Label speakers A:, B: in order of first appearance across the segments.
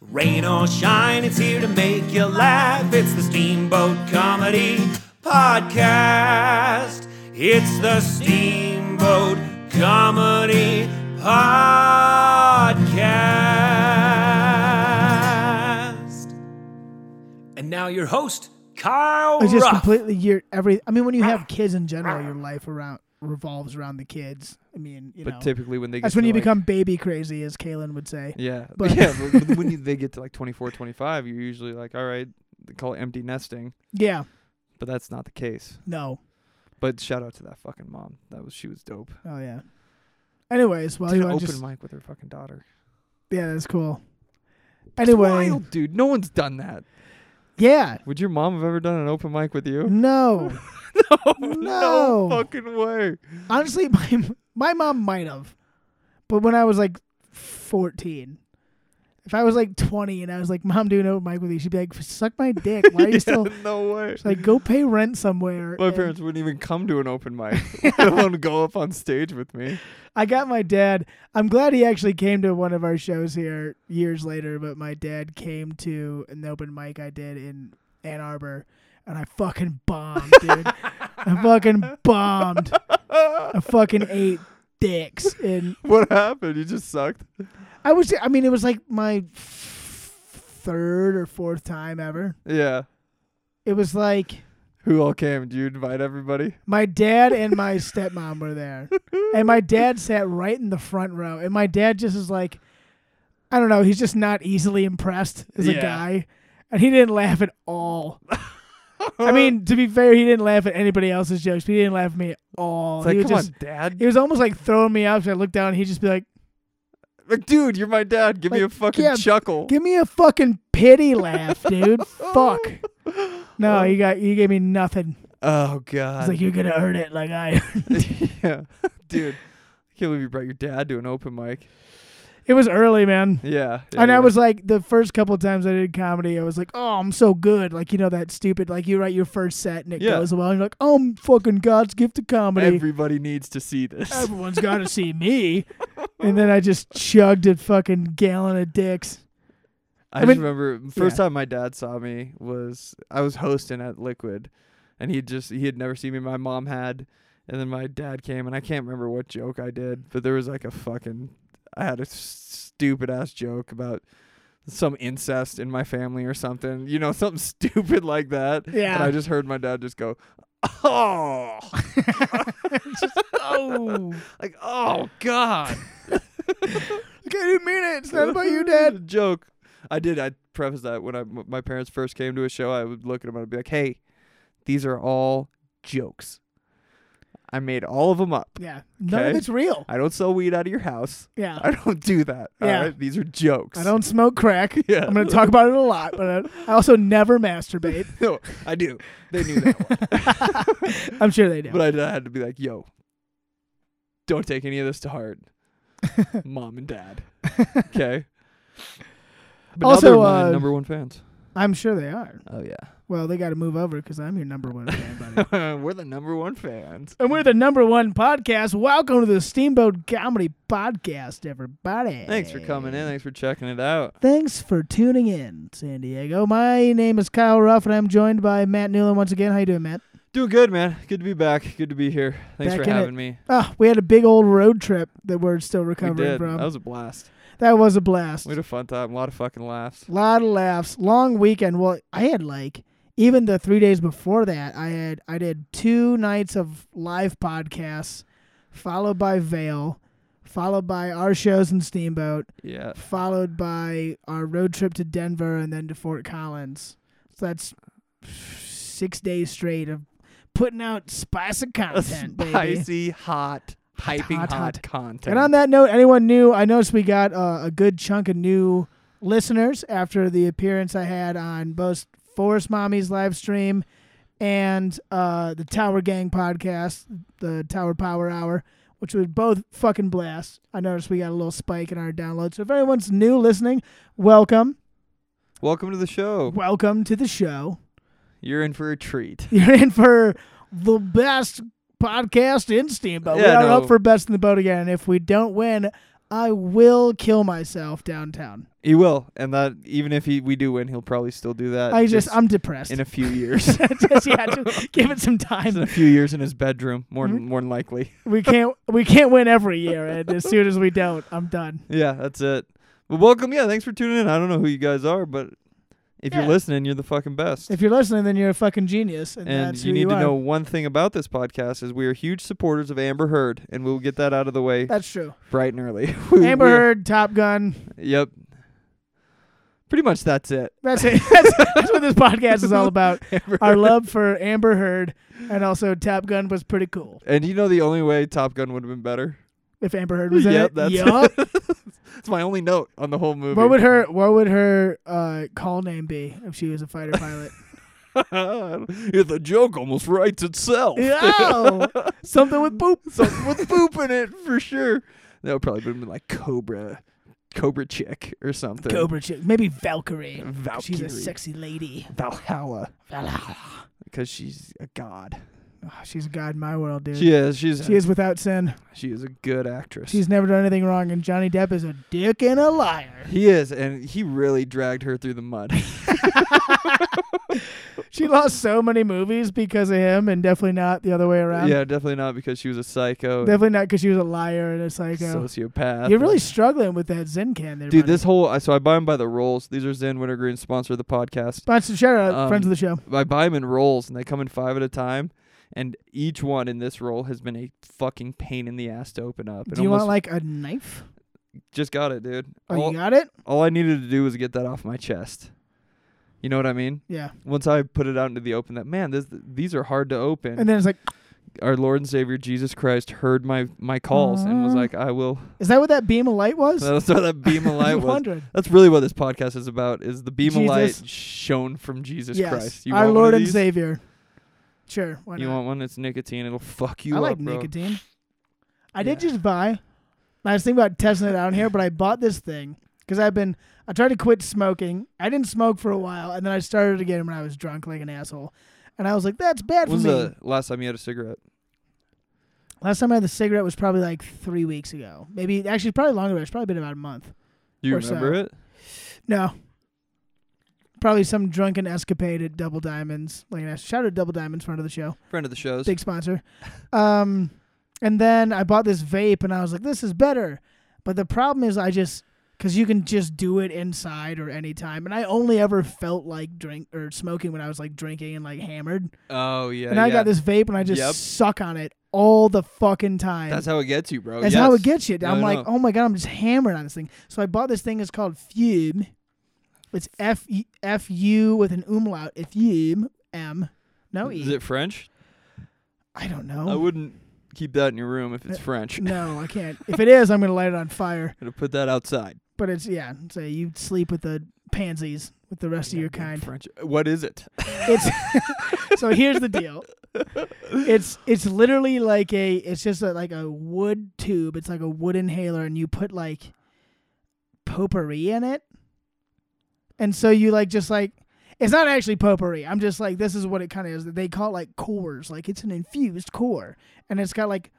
A: Rain or shine, it's here to make you laugh. It's the Steamboat Comedy Podcast. It's the Steamboat Comedy Podcast. And now your host, Kyle
B: It's just
A: Ruff.
B: completely your every. I mean, when you have kids in general, your life around revolves around the kids. I mean, you
C: But
B: know,
C: typically when they get
B: that's when
C: to,
B: you
C: like-
B: become baby crazy, as Kaylin would say.
C: yeah
B: but-
C: yeah but when you, they get to like 24 25 you're usually like all right they call it empty nesting
B: Yeah,
C: but that's not the case
B: no,
C: but shout out to that fucking mom that was she was dope
B: oh yeah. Anyways, well, Oh,
C: Did
B: you
C: an
B: want
C: open
B: just
C: mic with her fucking daughter
B: yeah, that's cool.
C: That's
B: Anyway,
C: wild, dude no one's done that
B: yeah,
C: would your mom have ever done an open mic with you Oh,
B: no,
C: no,
B: No.
C: fucking way
B: honestly, my my mom might have, but when I was like fourteen. If I was like 20 and I was like, Mom, do an open mic with you, she'd be like, Suck my dick. Why are you
C: Yeah,
B: still.
C: no way
B: She's Oh. like, uh, Go pay rent somewhere.
C: my
B: and-
C: parents wouldn't even come to an open mic let alone go up on stage with me
B: I got my dad. I'm glad he actually came to one of our shows here years later, but my dad came to an open mic I did in Ann Arbor and I fucking bombed, dude. I fucking bombed. I fucking ate dicks and
C: what happened you just sucked
B: I was I mean it was like my third or fourth time ever.
C: yeah
B: It was like
C: who all came do you invite everybody
B: My dad and my stepmom were there. And my dad sat right in the front row. And my dad just is like, I don't know, he's just not easily impressed as
C: Yeah.
B: a guy. And he didn't laugh at all. I mean, to be fair, he didn't laugh at anybody else's jokes, but he didn't laugh at me at all.
C: It's
B: he was
C: like, come
B: Oh, just
C: on, Dad.
B: he was almost like throwing me out 'cause I looked down and he'd just be like,
C: Like, dude, you're my dad. Give me a
B: Like,
C: fucking
B: yeah,
C: chuckle.
B: Give me a fucking pity laugh, dude. Fuck. No, you got you gave me nothing.
C: oh
B: He's
C: god.
B: like, You're gonna earn it like I
C: yeah, dude. I can't believe you brought your dad to an open mic.
B: It was early, man.
C: Yeah. yeah,
B: and I
C: yeah.
B: was like, the first couple of times I did comedy, I was like, oh, I'm so good. Like, you know, that stupid, like, you write your first set and it
C: Yeah.
B: goes well. And you're like, oh, I'm fucking God's gift to comedy.
C: Everybody needs to see this.
B: Everyone's got to see me. And then I just chugged a fucking gallon of dicks.
C: I,
B: I
C: just
B: mean-
C: remember first
B: yeah.
C: time my dad saw me was I was hosting at Liquid, and he just he had never seen me. My mom had, and then my dad came, and I can't remember what joke I did, but there was like a fucking I had a s- stupid ass joke about some incest in my family or something, you know, something stupid like that. And
B: Yeah.
C: I just heard my dad just go, oh,
B: Oh.
C: like oh god.
B: okay, I didn't mean it. It's not about you, Dad.
C: joke. I did. I preface that when I when my parents first came to a show, I would look at them and I'd be like, "Hey, these are all jokes. I made all of them up.
B: Yeah. None of
C: Okay.
B: it's real.
C: I don't sell weed out of your house.
B: Yeah.
C: I don't do that.
B: Yeah.
C: All right, these are jokes.
B: I don't smoke crack.
C: Yeah.
B: I'm going to talk about it a lot, but I I also never masturbate.
C: No, I do. They knew that, one.
B: I'm sure they do.
C: but I, d- I had to be like, "Yo, don't take any of this to heart, mom and dad. Okay." But
B: Also,
C: now they're my
B: uh,
C: number one fans.
B: I'm sure they are.
C: Oh yeah.
B: Well, they got to move over because I'm your number one fan, buddy.
C: We're the number one fans.
B: And we're the number one podcast. Welcome to the Steamboat Comedy Podcast, everybody.
C: Thanks for coming in. Thanks for checking it out.
B: Thanks for tuning in, San Diego. My name is Kyle Ruff, and I'm joined by Matt Newland once again. How you doing, Matt?
C: Doing good, man. Good to be back. Good to be here. Thanks
B: Back
C: for
B: in it.
C: having me.
B: Oh, we had a big old road trip that we're still
C: We
B: recovering
C: did.
B: from.
C: That was a blast.
B: that was a blast.
C: We had a fun time. A lot of fucking laughs.
B: lot of laughs long weekend well i had like even the three days before that i had i did two nights of live podcasts followed by veil followed by our shows in steamboat
C: Yeah.
B: followed by our road trip to denver and then to fort collins so that's six days straight of putting out spicy content baby
C: Spicy, hot, piping hot,
B: hot, hot.
C: content.
B: and on that note, anyone new? I noticed we got uh, a good chunk of new listeners after the appearance I had on both Forest Mommy's live stream and uh, the Tower Gang podcast, the Tower Power Hour, which was both fucking blasts. I noticed we got a little spike in our downloads. So if anyone's new listening, welcome,
C: Welcome to the show.
B: welcome to the show.
C: You're in for a treat.
B: You're in for the best podcast in Steamboat. we
C: Yeah,
B: are
C: no.
B: up for best in the boat again. And if we don't win, I will kill myself downtown.
C: He will, and that even if he we do win, he'll probably still do that.
B: I just, I'm depressed.
C: Uh, in a few years,
B: Just, yeah, just give it some
C: in a
B: time.
C: few years in his bedroom, more
B: Mm-hmm.
C: than, more than likely.
B: We can't we can't win every year, and as soon as we don't, I'm done.
C: Yeah, that's it. But welcome, yeah. Thanks for tuning in. I don't know who you guys are, but if
B: Yeah.
C: you're listening, you're the fucking best.
B: If you're listening, then you're a fucking genius, and,
C: and
B: that's
C: you
B: who
C: need
B: you
C: to
B: are.
C: know one thing about this podcast is we are huge supporters of Amber Heard, and we'll get that out of the way
B: That's true.
C: bright and early. We-
B: Amber
C: we-
B: Heard, Top Gun.
C: Yep. Pretty much that's it.
B: That's it. That's, that's what this podcast is all about. Our love for Amber Heard, and also Top Gun was pretty cool.
C: And you know the only way Top Gun would have been better.
B: If Amber Heard was in
C: Yep,
B: it,
C: that's
B: yup.
C: It's my only note on the whole movie.
B: What would her What would her uh, call name be if she was a fighter pilot?
C: If the joke almost writes itself.
B: oh, something with boop.
C: Something with poop in it for sure. That would probably have been like Cobra, Cobra Chick or something.
B: Cobra chick, maybe Valkyrie.
C: Valkyrie.
B: She's a sexy lady.
C: Valhalla
B: Oh,
C: because she's a god.
B: Ah, she's a god in my world, dude.
C: She is. She's.
B: She is without sin.
C: She is a good actress.
B: She's never done anything wrong, and Johnny Depp is a dick and a liar.
C: He is, and he really dragged her through the mud.
B: She lost so many movies because of him, and definitely not the other way around.
C: yeah, definitely not because she was a psycho, and
B: Definitely not because she was a liar and a psycho.
C: sociopath.
B: You're really struggling with that Zen can there,
C: dude.
B: buddy.
C: This whole I so I buy them by the rolls. These are Zen Wintergreen sponsor of the podcast.
B: Sponsor, shout out,
C: Um,
B: friends of the show.
C: I buy them in rolls, and they come in five at a time. And each one in this roll has been a fucking pain in the ass to open up. It
B: Do you want
C: almost-
B: like a knife?
C: just got it, dude?
B: Oh,
C: all,
B: you got it?
C: all I needed to do was get that off my chest. You know what I mean?
B: Yeah.
C: Once I put it out into the open, that man, this, these are hard to open.
B: And then it's like,
C: Our Lord and Savior Jesus Christ heard my my calls and was
B: Aw.
C: like, "I will."
B: is that what that beam of light was?
C: That's what that beam of
B: I
C: light
B: was
C: was.
B: wondering.
C: That's really what this podcast is about: is the beam of
B: Jesus.
C: light shone from Jesus
B: yes,
C: Christ. You
B: our
C: want
B: Lord
C: one of
B: and
C: these?
B: Savior. Sure, why
C: You
B: not?
C: want one? It's nicotine. It'll fuck you
B: I
C: up,
B: like
C: bro.
B: nicotine. I did
C: Yeah.
B: just buy. I was thinking about testing it out here, but I bought this thing because I've been. I tried to quit smoking. I didn't smoke for a while, and then I started again when I was drunk like an asshole. And I was like, "That's bad
C: When was
B: for me."
C: the last time you had a cigarette?
B: Last time I had the cigarette was probably like three weeks ago. Maybe actually probably longer. but It's probably been about a month.
C: Do you
B: Or
C: remember
B: so.
C: it?
B: No. Probably some drunken escapade at Double Diamonds. Like an shout out to Double Diamonds front of the show.
C: Friend of the shows.
B: Big sponsor. Um and then I bought this vape and I was like, this is better. But the problem is I just because you can just do it inside or anytime. And I only ever felt like drink or smoking when I was like drinking and like hammered.
C: oh yeah.
B: and I
C: yeah.
B: got this vape and I just
C: Yep.
B: suck on it all the fucking time.
C: That's how it gets you, bro.
B: That's
C: Oh, Yes.
B: how it gets you.
C: No,
B: I'm
C: I
B: like,
C: know.
B: oh my god, I'm just hammered on this thing. So I bought this thing. It's called Fume. It's F E, F U with an umlaut. If Fume M, no
C: Is
B: E.
C: it Oh. French?
B: I don't
C: I
B: know.
C: wouldn't keep that in your room if it's French.
B: Oh. Uh, No, I can't. If it is, I'm gonna light it on fire.
C: Gonna put that outside.
B: But it's yeah. So you sleep with the pansies with the rest of your
C: Goddamn
B: kind.
C: French. What is it?
B: It's so here's the deal. It's it's literally like a it's just a, like a wood tube. It's like a wood inhaler, and you put like potpourri in it, and so you like just like it's not actually potpourri. I'm just like this is what it kind of is. They call it like cores. Like it's an infused core, and it's got like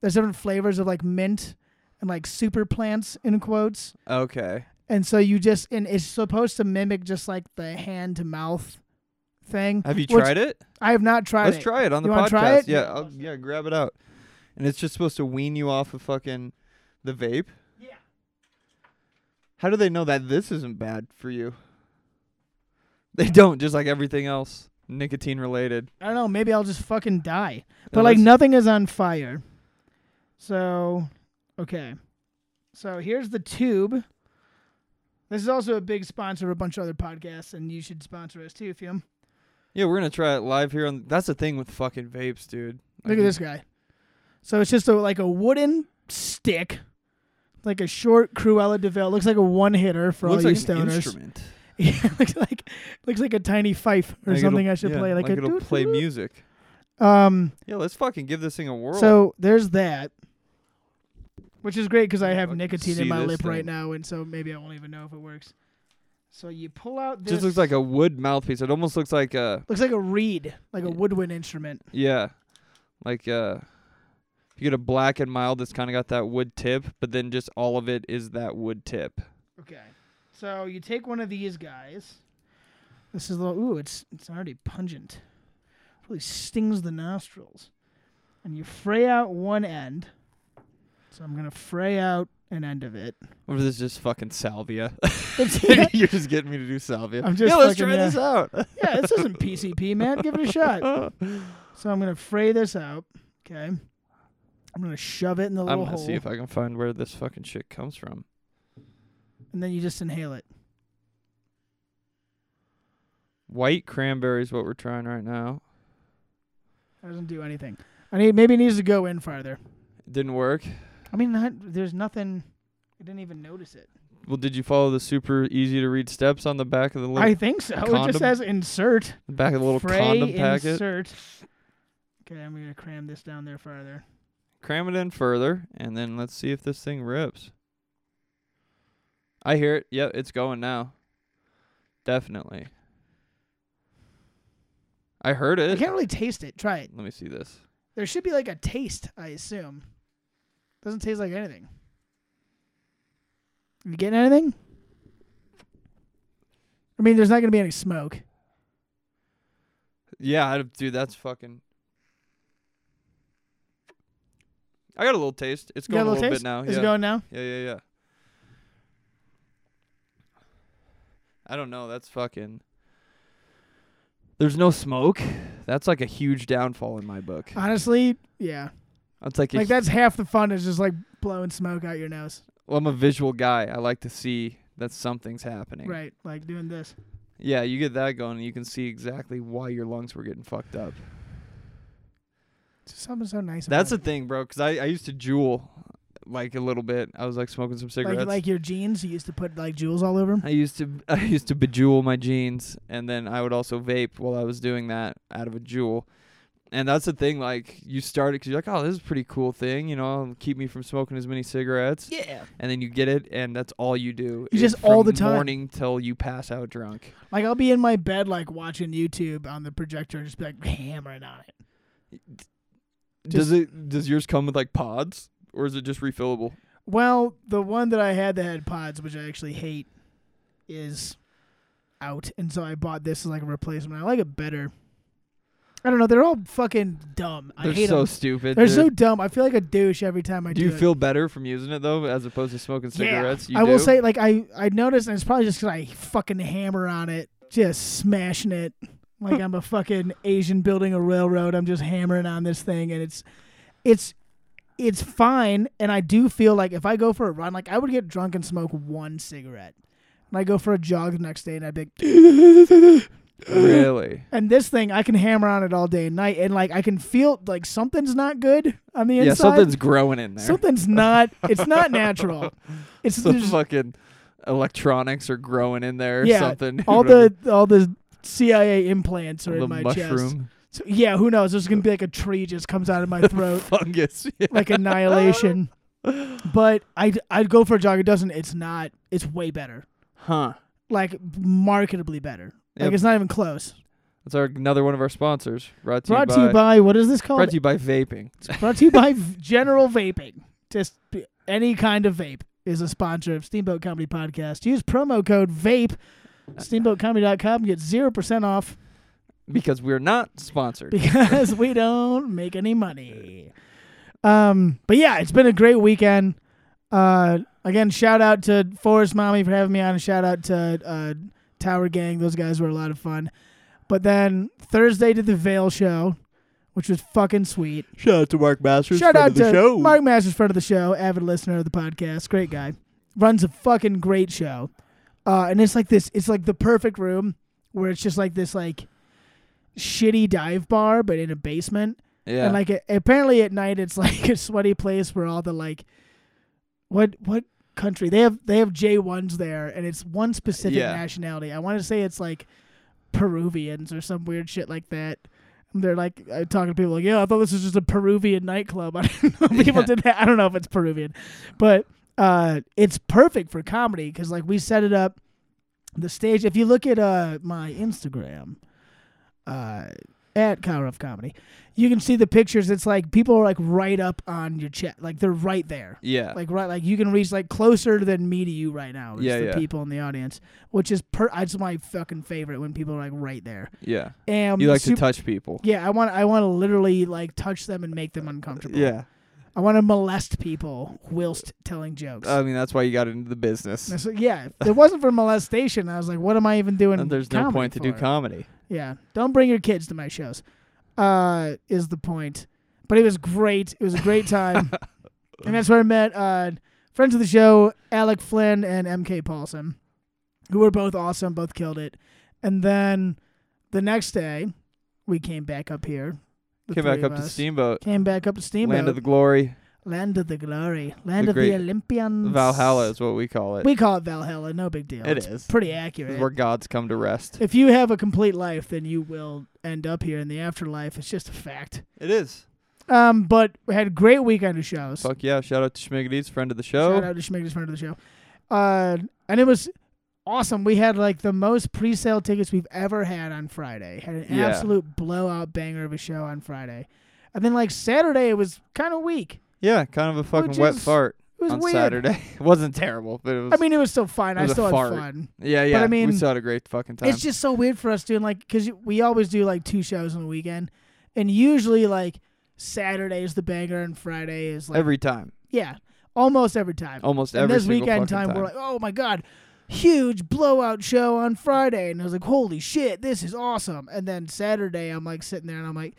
B: there's different flavors of like mint and like super plants in quotes.
C: Okay.
B: And so you just and it's supposed to mimic just like the hand to mouth thing.
C: Have you
B: Which-
C: tried it?
B: I have not tried
C: Let's
B: it.
C: try it on the
B: You
C: podcast.
B: wanna try it?
C: Yeah, I'll, yeah, grab it out. And it's just supposed to wean you off of fucking the vape.
B: Yeah.
C: How do they know that this isn't bad for you? They don't, just like everything else nicotine related.
B: I don't know. Maybe I'll just fucking die.
C: Now
B: But like
C: let's-
B: nothing is on fire. So, okay. So here's the tube. This is also a big sponsor of a bunch of other podcasts, and you should sponsor us too, Fium.
C: Yeah, we're gonna try it live here on that's the thing with fucking vapes, dude.
B: Look at this guy. So it's just a, like a wooden stick, like a short Cruella Deville. Looks like a one hitter for
C: Looks
B: all
C: like
B: you
C: an
B: stoners.
C: instrument.
B: Yeah, looks like looks like a tiny fife or
C: Like
B: something
C: it'll-
B: I should
C: yeah,
B: play. Like,
C: like
B: a
C: it'll play
B: doo-doo-doo.
C: music.
B: Um.
C: Yeah, let's fucking give this thing a whirl.
B: So there's that, which is great because I have
C: Fucking
B: nicotine
C: see
B: in my
C: this
B: lip right
C: thing.
B: now, and so maybe I won't even know if it works. So you pull out this.
C: just looks like a wood mouthpiece. It almost looks like a
B: looks like a reed, like a
C: Yeah.
B: woodwind instrument.
C: yeah, like a You get a black and mild that's kind of got that wood tip, but then just all of it is that wood tip.
B: Okay. So you take one of these guys. This is a little ooh, it's it's already pungent. Really stings the nostrils. And you fray out one end. So I'm gonna fray out an end of it.
C: Or this is just fucking salvia.
B: It's, yeah,
C: You're just getting me to do salvia.
B: I'm just
C: yeah, let's
B: fucking,
C: try this out.
B: this isn't PCP, man. Give it a shot. So I'm gonna fray this out. Okay. I'm gonna shove it in the
C: I'm
B: little
C: gonna
B: hole,
C: see if I can find where this fucking shit comes from.
B: and then you just inhale it.
C: White cranberry is what we're trying right now.
B: That doesn't do anything. I need maybe it needs to go in farther.
C: didn't work.
B: I mean, that, there's nothing. I didn't even notice it.
C: Well, did you follow the super easy to read steps on the back of the little
B: I think so. It
C: condom?
B: just says insert.
C: the back of the little
B: Fray
C: condom packet?
B: Insert. Okay, I'm gonna cram this down there farther.
C: Cram it in further, and then let's see if this thing rips. I hear it. Yep, it's going now. Definitely. I heard
B: I
C: it.
B: can't really taste it. Try it.
C: Let me see this.
B: There should be like a taste, I assume. Doesn't taste like anything. You getting anything? I mean, there's not gonna be any smoke.
C: Yeah, I, dude, that's fucking. I got a little taste. It's
B: You got
C: going
B: a little,
C: bit
B: taste?
C: now.
B: Is
C: yeah.
B: it going now?
C: Yeah, yeah, yeah. I don't know. That's fucking. There's no smoke. That's like a huge downfall in my book.
B: Honestly, yeah.
C: That's like, a
B: Uh, Like
C: hu-
B: that's half the fun is just like blowing smoke out your nose.
C: Well, I'm a visual guy. I like to see that something's happening.
B: Right. Like doing this.
C: Yeah, you get that going, and you can see exactly why your lungs were getting fucked up.
B: It's just something so nice
C: That's
B: about
C: the thing, bro. Because I, I used to jewel, like a little bit. I was like smoking some
B: it.
C: cigarettes.
B: like like your jeans, you used to put like jewels all over them.
C: I used to I used to bejewel my jeans, and then I would also vape while I was doing that out of a jewel. And that's the thing, like you start it because you're like, oh, this is a pretty cool thing, you know, it'll keep me from smoking as many cigarettes.
B: Yeah.
C: And then you get it, and that's all you do.
B: You
C: is
B: just all
C: from
B: the time.
C: morning till you pass out drunk.
B: Like I'll be in my bed like watching YouTube on the projector and just be like hammering on it.
C: does it? Does yours come with like pods, or is it just refillable?
B: Well, the one that I had that had pods, which I actually hate, is out, and so I bought this as like a replacement. I like it better. I don't know. They're all fucking dumb. I
C: They're
B: hate
C: so
B: them.
C: stupid.
B: They're
C: dude.
B: so dumb. I feel like a douche every time I
C: do
B: do.
C: you
B: it.
C: feel better from using it though, as opposed to smoking cigarettes?
B: Yeah. I
C: You
B: will
C: do?
B: say, like, I I noticed, and it's probably just because I fucking hammer on it, just smashing it, like I'm a fucking Asian building a railroad. I'm just hammering on this thing, and it's, it's, it's fine. And I do feel like if I go for a run, like I would get drunk and smoke one cigarette, and I go for a jog the next day, and I'd be, like,
C: really.
B: and this thing I can hammer on it all day and night, and like I can feel like something's not good on the
C: Yeah,
B: inside.
C: something's growing in there.
B: Something's not. It's not natural. It's
C: some
B: there's-
C: fucking electronics are growing in there or
B: Yeah,
C: something.
B: all
C: Whatever.
B: the all the CIA implants are
C: the
B: in my chest.
C: mushroom
B: So, yeah, who knows? This is gonna be like a tree just comes out of my throat,
C: fungus. Yeah.
B: like annihilation. But I I'd go for a jog. It doesn't. It's not. It's way better.
C: Huh.
B: Like marketably better. Like
C: Yep.
B: it's not even close.
C: That's our another one of our sponsors. Brought to
B: Brought
C: you
B: to you
C: by
B: by what is this called?
C: brought to you by vaping.
B: It's brought to you by v- General Vaping. Just b- any kind of vape is a sponsor of Steamboat Comedy Podcast. Use promo code VAPE steamboatcomedy.com get 0% off
C: Because we're not sponsored.
B: because we don't make any money. Um, but yeah, it's been a great weekend. Uh, again, shout out to Forest Mommy for having me on. and Shout out to uh, Tower Gang; those guys were a lot of fun. But then Thursday did the Veil show, which was fucking sweet.
C: Shout out to Mark Masters.
B: shout out to Mark Masters, friend of the show, avid listener of the podcast, great guy, runs a fucking great show. Uh, and it's like this, it's like the perfect room where it's just like this like shitty dive bar, but in a basement.
C: Yeah.
B: And like a, apparently at night it's like a sweaty place where all the like what what country they have they have J ones there and it's one specific
C: Yeah.
B: nationality. I want to say it's like Peruvians or some weird shit like that. And they're like uh, talking to people like, yeah, I thought this was just a Peruvian nightclub. I didn't know people
C: Yeah.
B: did that. I don't know if it's Peruvian, but uh, it's perfect for comedy because like we set it up the stage. If you look at uh my Instagram, uh at Kyle Ruff Comedy, you can see the pictures. It's like people are like right up on your chat, like they're right there.
C: Yeah.
B: Like right, like you can reach like closer than me to you right now. Is
C: Yeah,
B: the
C: yeah.
B: people in the audience, which is per. It's my fucking favorite when people are like right there.
C: yeah.
B: And
C: You like
B: sup-
C: to touch people.
B: Yeah, I want. I want to literally like touch them and make them uncomfortable.
C: Yeah.
B: I want to molest people whilst telling jokes.
C: I mean, that's why you got into the business.
B: And so, yeah, if it wasn't for molestation, I was like, what am I even doing?
C: And there's no
B: comedy
C: point to do
B: for?
C: comedy.
B: Yeah, don't bring your kids to my shows. Uh, is the point? But it was great. It was a great time, and that's where I met uh, friends of the show, Alec Flynn and M.K. Paulson, who were both awesome, both killed it. And then the next day, we came back up here. the
C: Came
B: three
C: back
B: of
C: up to
B: us.
C: Steamboat,
B: Came back up to Steamboat.
C: Land of the Glory,
B: Land of the glory. Land
C: The
B: of
C: great
B: the Olympians.
C: Valhalla is what we call it.
B: We call it Valhalla. No big deal.
C: It
B: it's
C: is.
B: pretty
C: It's
B: accurate.
C: where gods come to rest.
B: If you have a complete life, then you will end up here in the afterlife. It's just a fact.
C: It is.
B: Um, but we had a great weekend of shows.
C: Fuck yeah! Shout out to Schmigadees, friend of the
B: Shout
C: show.
B: out to Schmigda's friend of the show. Uh, and it was awesome. We had like the most pre-sale tickets we've ever had on Friday. Had an
C: Yeah.
B: absolute blowout banger of a show on Friday. And then like Saturday, it was kind of weak.
C: Yeah, kind of a fucking
B: Oh, Which
C: wet
B: is-
C: fart
B: It was
C: on
B: weird.
C: Saturday. it wasn't terrible, but it was.
B: I mean, it was still fine.
C: It
B: I
C: was a
B: still had
C: fart.
B: fun.
C: yeah, yeah.
B: I mean,
C: we still had a great fucking time.
B: It's just so weird for us doing like because we always do like two shows on the weekend, and usually like Saturday is the banger and Friday is like
C: every time,
B: yeah, almost every time.
C: almost
B: and
C: every
B: this
C: single
B: weekend
C: fucking
B: time, we're like, oh my god, huge blowout show on Friday, and I was like, holy shit, this is awesome. And then Saturday, I'm like sitting there and I'm like,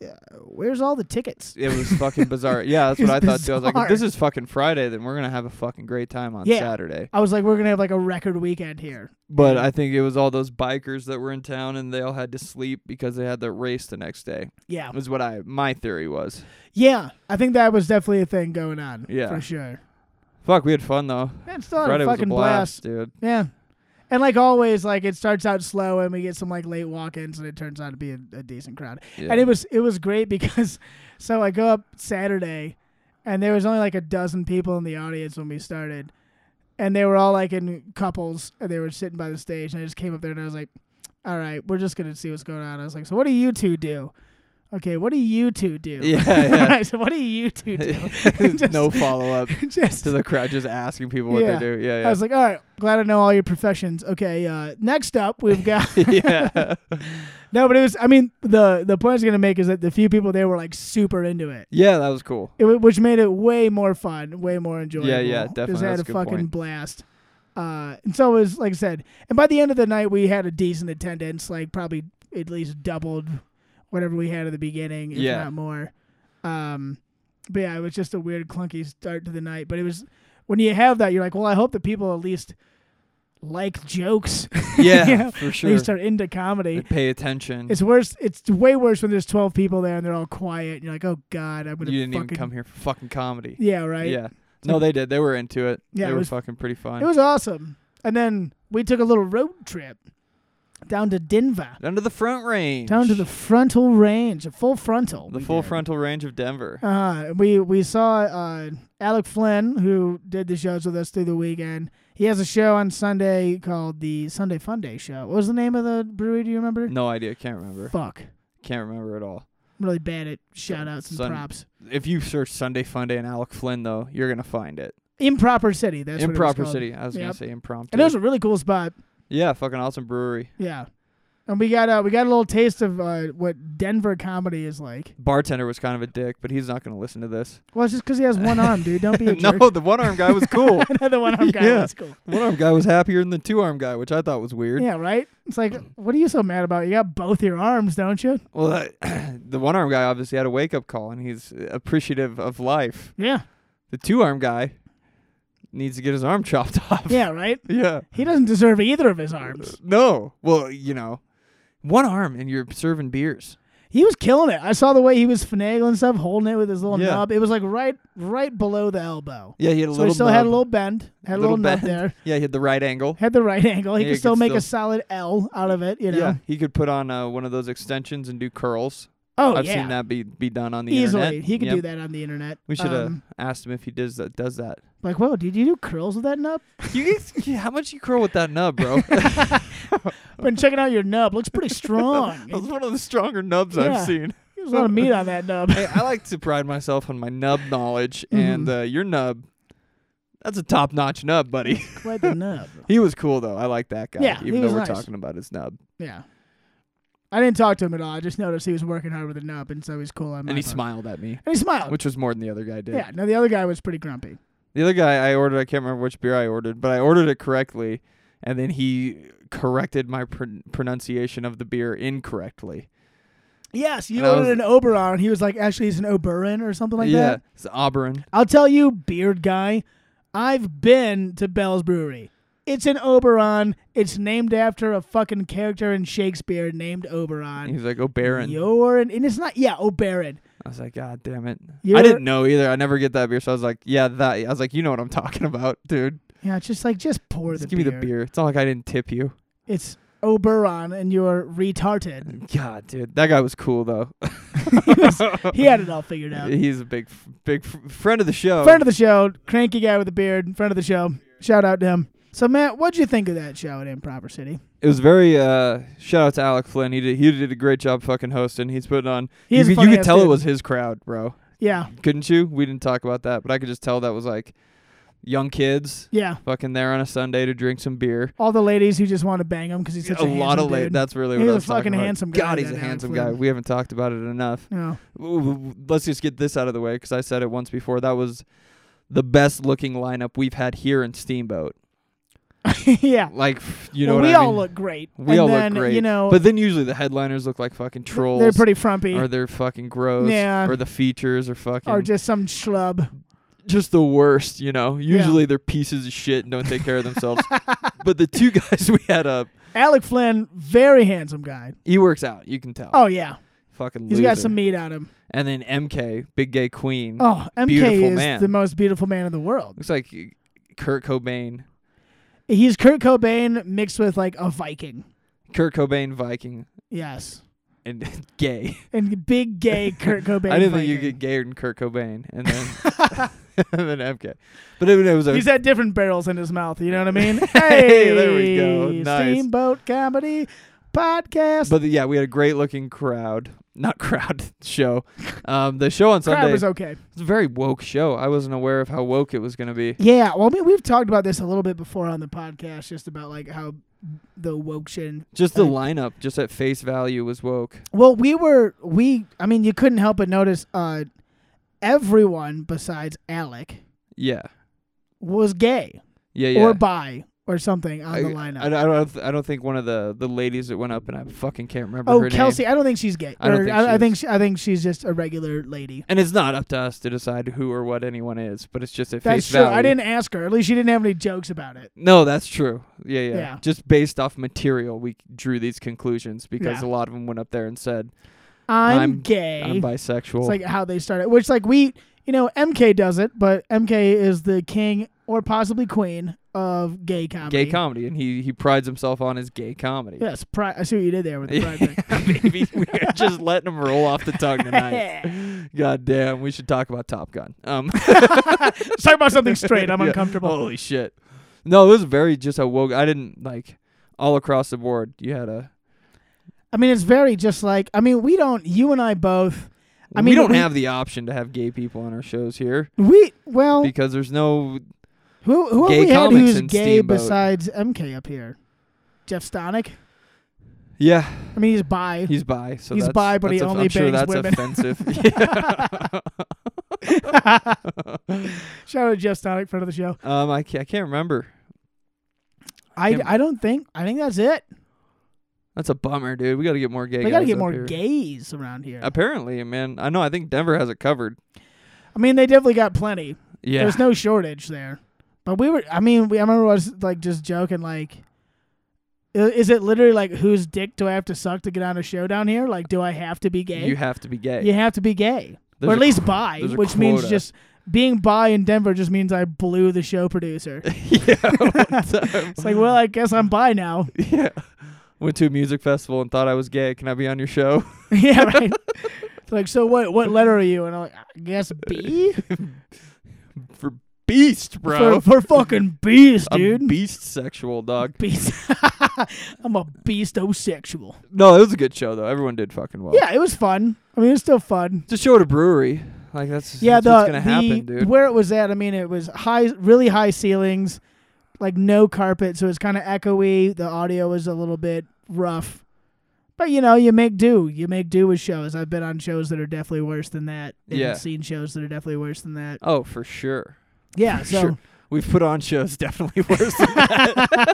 B: "Yeah, where's all the tickets?
C: it was fucking bizarre. Yeah, that's
B: It
C: what I
B: was
C: thought too. I was like, if this
B: bizarre.
C: is fucking Friday, then we're gonna have a fucking great time on
B: Yeah.
C: Saturday.
B: I was like, we're gonna have like a record weekend here.
C: But I think it was all those bikers that were in town and they all had to sleep because they had their race the next day.
B: Yeah,
C: Was what I my theory was.
B: yeah. I think that was definitely a thing going on.
C: Yeah.
B: for sure.
C: Fuck, we had fun though.
B: Man, still had
C: Friday
B: a
C: was a
B: fucking blast.
C: blast, dude.
B: Yeah. And like always, like it starts out slow and we get some like late walk-ins and it turns out to be a, a decent crowd.
C: Yeah.
B: And it was it was great because so I go up Saturday and there was only like a dozen people in the audience when we started. And they were all like in couples and they were sitting by the stage and I just came up there and I was like, All right, we're just gonna see what's going on. I was like, So what do you two do? Okay, what do you two do?
C: Yeah, yeah.
B: All right, so what do you two do? Just-
C: no follow up
B: just
C: to the crowd just asking people what
B: Yeah.
C: they do. Yeah, yeah.
B: I was like, all right, glad I know all your professions. Okay, uh, next up we've got
C: yeah.
B: no, but it was. I mean, the the point I was gonna make is that the few people there were like super into it,
C: yeah, that was cool.
B: it wa- which made it way more fun, way more enjoyable.
C: Yeah, yeah,
B: Just
C: definitely.
B: had
C: That's
B: a
C: a good
B: fucking
C: point.
B: blast. Uh, and so it was like I said, and by the end of the night we had a decent attendance, like probably at least doubled whatever we had at the beginning, if
C: Yeah.
B: not more. Um, but yeah, it was just a weird clunky start to the night. But it was when you have that, you're like, well, I hope that people at least like jokes.
C: Yeah,
B: You know,
C: for
B: At
C: sure.
B: least are into comedy.
C: They pay attention.
B: It's worse. It's way worse when there's 12 people there and they're all quiet. And you're like, oh god, I'm gonna.
C: you didn't
B: fucking...
C: even come here for fucking comedy.
B: Yeah, right.
C: Yeah. No, they did. They were into it.
B: Yeah,
C: they
B: it
C: were
B: was-
C: fucking pretty fun.
B: It was awesome. And then we took a little road trip down to Denver,
C: down to the front range.
B: down to the frontal range, a full frontal.
C: the full frontal range of Denver.
B: Uh, we we saw uh, Alec Flynn, who did the shows with us through the weekend. He has a show on Sunday called the Sunday Fun Day Show. What was the name of the brewery? Do you remember?
C: No idea. Can't remember.
B: Fuck,
C: Can't remember at all.
B: I'm really bad at shout outs and
C: Sun-
B: props.
C: If you search Sunday Funday and Alec Flynn, though, you're gonna find it.
B: Improper City. That's what it was
C: impromptu
B: called.
C: city. I was gonna
B: Yep.
C: say impromptu.
B: And it was a really cool spot.
C: yeah, fucking awesome brewery.
B: Yeah. And we got uh, we got a little taste of uh, what Denver comedy is like.
C: Bartender was kind of a dick, but he's not gonna listen to this.
B: Well, it's just because he has one arm, dude. Don't be a jerk.
C: no, the one arm guy was cool.
B: Another one arm guy.
C: Yeah.
B: That's cool.
C: one arm guy was happier than the two arm guy, which I thought was weird.
B: Yeah, right. It's like, what are you so mad about? You got both your arms, don't you?
C: Well, that, the one arm guy obviously had a wake up call, and he's appreciative of life.
B: Yeah.
C: The two arm guy needs to get his arm chopped off.
B: Yeah, right.
C: yeah.
B: He doesn't deserve either of his arms.
C: No. Well, you know, one arm and you're serving beers.
B: He was killing it. I saw the way he was finagling stuff, holding it with his little
C: Yeah.
B: nub. It was like right, right below the elbow.
C: Yeah, he had a
B: So
C: little.
B: he still had
C: nub.
B: a little bend, had a little,
C: Little
B: nub
C: bend.
B: there,
C: Yeah, he had the right angle.
B: had the right angle. He
C: Yeah,
B: could
C: he
B: still
C: could
B: make a
C: still-
B: solid L out of it. You know.
C: Yeah, he could put on uh, one of those extensions and do curls.
B: Oh
C: I've
B: yeah.
C: seen that be be done on the
B: Easily,
C: internet.
B: he could
C: Yep.
B: do that on the internet.
C: We should have
B: Um,
C: asked him if he does that. Does that?
B: like, whoa, did you do curls with that nub?
C: You, guys- how much you curl with that nub, bro?
B: Been checking out your nub. Looks pretty strong.
C: That was one of the stronger nubs
B: Yeah.
C: I've seen.
B: There's a lot of meat on that nub.
C: hey, I like to pride myself on my nub knowledge, and uh, your nub, that's a top notch nub, buddy.
B: Quite the nub.
C: he was cool, though. I like that guy,
B: Yeah, he
C: even though
B: was
C: we're
B: nice.
C: talking about his nub.
B: Yeah. I didn't talk to him at all. I just noticed he was working hard with a nub, and so he's cool on my
C: And he
B: part.
C: smiled at me,
B: And he smiled.
C: which was more than the other guy did.
B: yeah. No, the other guy was pretty grumpy.
C: The other guy I ordered, I can't remember which beer I ordered, but I ordered it correctly, and then he corrected my pron- pronunciation of the beer incorrectly.
B: Yes, you
C: And I
B: ordered
C: was-
B: an Oberon. and He was like, actually, it's an Oberon or something like
C: yeah,
B: that.
C: it's Oberon.
B: I'll tell you, beard guy, I've been to Bell's Brewery. It's an Oberon. It's named after a fucking character in Shakespeare named Oberon.
C: He's like "Oh, Oberon.
B: You're an, and it's not yeah Oberon.
C: I was like, God damn it!
B: You're-
C: I didn't know either. I never get that beer, so I was like, Yeah, that. I was like, You know what I'm talking about, dude.
B: Yeah, it's just like just pour
C: Just
B: the
C: give me the beer. It's not like I didn't tip you.
B: It's Oberon, and you're retarded.
C: God, dude, that guy was cool though.
B: he, was- he had it all figured out.
C: He's a big, f- big f- friend of the show.
B: Friend of the show, cranky guy with a beard. Friend of the show. Shout out to him. So Matt, what'd you think of that show at Improper City?
C: it was very. Uh, shout out to Alec Flynn. He did. He did a great job fucking hosting. He's putting on.
B: He
C: you
B: is a
C: could, you
B: funny
C: could
B: ass
C: tell it
B: dude.
C: was his crowd, bro.
B: Yeah,
C: Couldn't you? We didn't talk about that, but I could just tell that was like young kids
B: yeah.
C: fucking there on a Sunday to drink some beer.
B: All the ladies who just want to bang him because he's such a,
C: a lot of
B: handsome
C: late.
B: dude.
C: That's really
B: He's
C: what
B: a
C: I was talking
B: fucking
C: about.
B: handsome guy,
C: God, he's
B: that
C: a
B: Alec
C: handsome
B: Flynn.
C: guy. We haven't talked about it enough.
B: No.
C: w- w- let's just get this out of the way because I said it once before. That was the best looking lineup we've had here in Steamboat.
B: yeah.
C: Like f- you know
B: well,
C: what
B: we
C: I
B: all
C: mean?
B: look great.
C: we
B: and
C: all
B: then,
C: look great.
B: You know,
C: but then usually the headliners look like fucking trolls.
B: they're pretty frumpy,
C: or
B: or,
C: they're fucking gross.
B: Yeah.
C: Or the features are fucking
B: just some schlub.
C: just the worst, you know. Usually they're pieces of shit and don't take care of themselves. but the two guys we had up,
B: Alec Flynn, very handsome guy.
C: he works out, you can tell.
B: Oh yeah,
C: Fucking
B: he's
C: loser.
B: got some meat on him.
C: and then MK, big gay queen.
B: Oh, MK
C: Beautiful
B: is
C: man.
B: the most beautiful man in the world.
C: Looks like Kurt Cobain.
B: He's Kurt Cobain mixed with like a Viking.
C: Kurt Cobain Viking
B: Yes,
C: and gay.
B: and big gay Kurt Cobain.
C: I didn't think you
B: Viking.
C: could get gayer than Kurt Cobain and then and then MK. But it, it was a
B: He's had different barrels in his mouth. You know what I mean?
C: Hey, there we go.
B: Hey,
C: Nice.
B: Steamboat comedy podcast.
C: but yeah, we had a great looking crowd. Not crowd show. Um, the show on
B: Crowd
C: Sunday
B: was okay.
C: It's a very woke show. I wasn't aware of how woke it was going to be.
B: Yeah, well, I mean, we've talked about this a little bit before on the podcast, just about like how the woke shit.
C: Just the
B: Like-
C: lineup, just at face value, was woke.
B: Well, we were we. I mean, you couldn't help but notice uh, everyone besides Alec
C: Yeah,
B: was gay
C: yeah, yeah.
B: or bi or something on
C: I,
B: the lineup.
C: I, I don't. I don't think one of the the ladies that went up, and I fucking can't remember
B: oh,
C: her
B: Kelsey,
C: name.
B: I don't think she's gay.
C: I don't
B: Or
C: think
B: I,
C: she
B: I
C: is.
B: think she, I think she's just a regular lady.
C: And it's not up to us to decide who or what anyone is, but it's just at
B: That's
C: face
B: true.
C: value.
B: I didn't ask her. At least she didn't have any jokes about it.
C: No, that's true. Yeah, yeah,
B: Yeah.
C: Just based off material, we drew these conclusions because
B: Yeah.
C: a lot of them went up there and said,
B: I'm,
C: I'm-
B: gay.
C: "I'm bisexual."
B: It's like how they started, which like we, you know, MK does it, but MK is the king or possibly queen of gay comedy.
C: gay comedy, and he he prides himself on his gay comedy.
B: Yes, pride. I see what you did there with the pride. thing.
C: Maybe we are just letting them roll off the tongue tonight. God damn, we should talk about Top Gun. Um,
B: Let's talk about something straight. I'm
C: yeah,
B: uncomfortable.
C: Holy shit! No, it was very just a woke. I didn't like all across the board. You had a.
B: I mean, it's very just like I mean, we don't. You and I both. I mean,
C: we don't
B: we-
C: have the option to have gay people on our shows here
B: We well,
C: because there's no.
B: who who
C: gay
B: have we had
C: comics
B: who's
C: in
B: gay
C: Steamboat.
B: besides MK up here? Jeff Stonick.
C: Yeah,
B: I mean, he's bi.
C: he's bi. So
B: He's
C: that's,
B: bi, but he
C: that's off-
B: only
C: I'm sure
B: bangs
C: that's
B: women.
C: offensive. Yeah.
B: Shout out to Jeff Stonick, friend of the show.
C: um, I can't, I can't remember.
B: I,
C: Him.
B: I don't think I think that's it.
C: That's a bummer, dude. We got to get more gay.
B: They got to
C: guys
B: get
C: up
B: more
C: here.
B: gays around here.
C: Apparently, man. I know. I think Denver has it covered.
B: I mean, they definitely got plenty.
C: Yeah.
B: There's no shortage there. But we were, I mean, we, I remember I was like just joking, like, i- is it literally like whose dick do I have to suck to get on a show down here? Like, do I have to be gay?
C: You have to be gay.
B: You have to be gay,
C: There's
B: or
C: a
B: at least bi,
C: there's a
B: which means
C: quota.
B: just being bi in Denver just means I blew the show producer.
C: yeah. one time.
B: it's like, well, I guess I'm bi now.
C: yeah. Went to a music festival and thought I was gay. Can I be on your show?
B: yeah, right. It's like, so what? What letter are you? And I'm like, I guess B.
C: For beast, bro.
B: For, for fucking beast,
C: I'm
B: dude.
C: beast sexual, dog.
B: beast. I'm a beastosexual.
C: No, it was a good show though. Everyone did fucking well.
B: Yeah, it was fun. I mean, it was still fun.
C: It's a show at a brewery. Like that's
B: Yeah,
C: that's
B: the,
C: what's gonna
B: the-
C: happen, dude.
B: where it was at, I mean, it was high, really high ceilings, like no carpet, so it's kind of echoey. The audio was a little bit rough, but you know, you make do. You make do with shows. I've been on shows that are definitely worse than that. and
C: Yeah.
B: seen shows that are definitely worse than that.
C: Oh, for sure.
B: Yeah,
C: For
B: so
C: sure. We've put on shows definitely worse than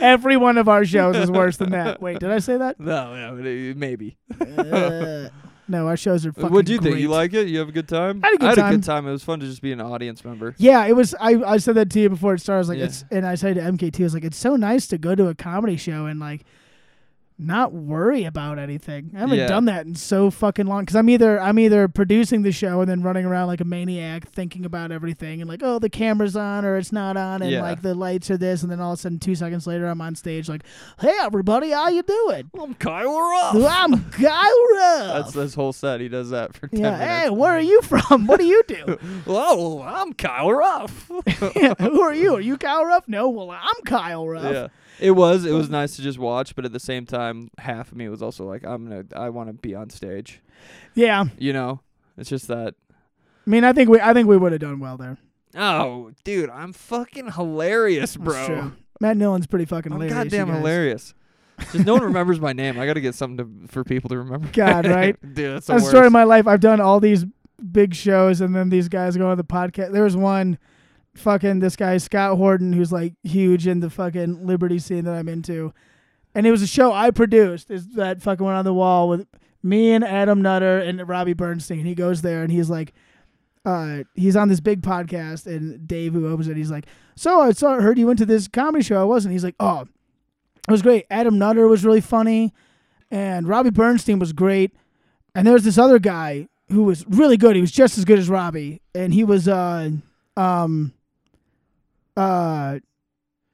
B: every one of our shows is worse than that. Wait, did I say that?
C: No, no, maybe.
B: Uh, no, our shows are fucking.
C: What'd you think?
B: great.
C: You like it? You have a good time?
B: I had a good
C: a good time. It was fun to just be an audience member.
B: Yeah, it was. I, I said that to you before it started. I was like,
C: Yeah.
B: it's, and I said to MKT, I was like, it's so nice to go to a comedy show and like not worry about anything. I haven't
C: Yeah.
B: done that in so fucking long because I'm either I'm either producing the show and then running around like a maniac thinking about everything and like, oh, the camera's on or it's not on and
C: Yeah.
B: like the lights are this and then all of a sudden two seconds later I'm on stage like, hey everybody, how you doing?
C: I'm Kyle Ruff.
B: I'm Kyle
C: That's
B: Ruff.
C: this whole set. He does that for ten
B: Yeah, hey,
C: minutes.
B: where are you from? What do you do?
C: Whoa, I'm Kyle Ruff.
B: yeah, who are you? Are you Kyle Ruff? No, well, I'm Kyle Ruff.
C: yeah. It was it was nice to just watch, but at the same time, half of me was also like, I'm gonna I wanna be on stage.
B: Yeah,
C: You know? It's just that
B: I mean, I think we, I think we would have done well there.
C: Oh, dude, I'm fucking hilarious,
B: That's
C: bro.
B: true. Matt Nolan's pretty fucking
C: I'm
B: hilarious. you
C: Oh, goddamn
B: guys.
C: hilarious. Just no one remembers my name. I got to get something to, for people to remember.
B: God, right?
C: Dude, that's the
B: That's the
C: worst.
B: story of my life. I've done all these big shows, and then these guys go on the podcast. There was one, fucking this guy Scott Horton, who's like huge in the fucking Liberty scene that I'm into, and it was a show I produced. Is that fucking one on the wall with me and Adam Nutter and Robbie Bernstein? He goes there and he's like. Uh, he's on this big podcast, and Dave, who opens it, he's like, "So I saw, heard you went to this comedy show. I wasn't." He's like, "Oh, it was great. Adam Nutter was really funny, and Robbie Bernstein was great. And there was this other guy who was really good. He was just as good as Robbie, and he was uh um uh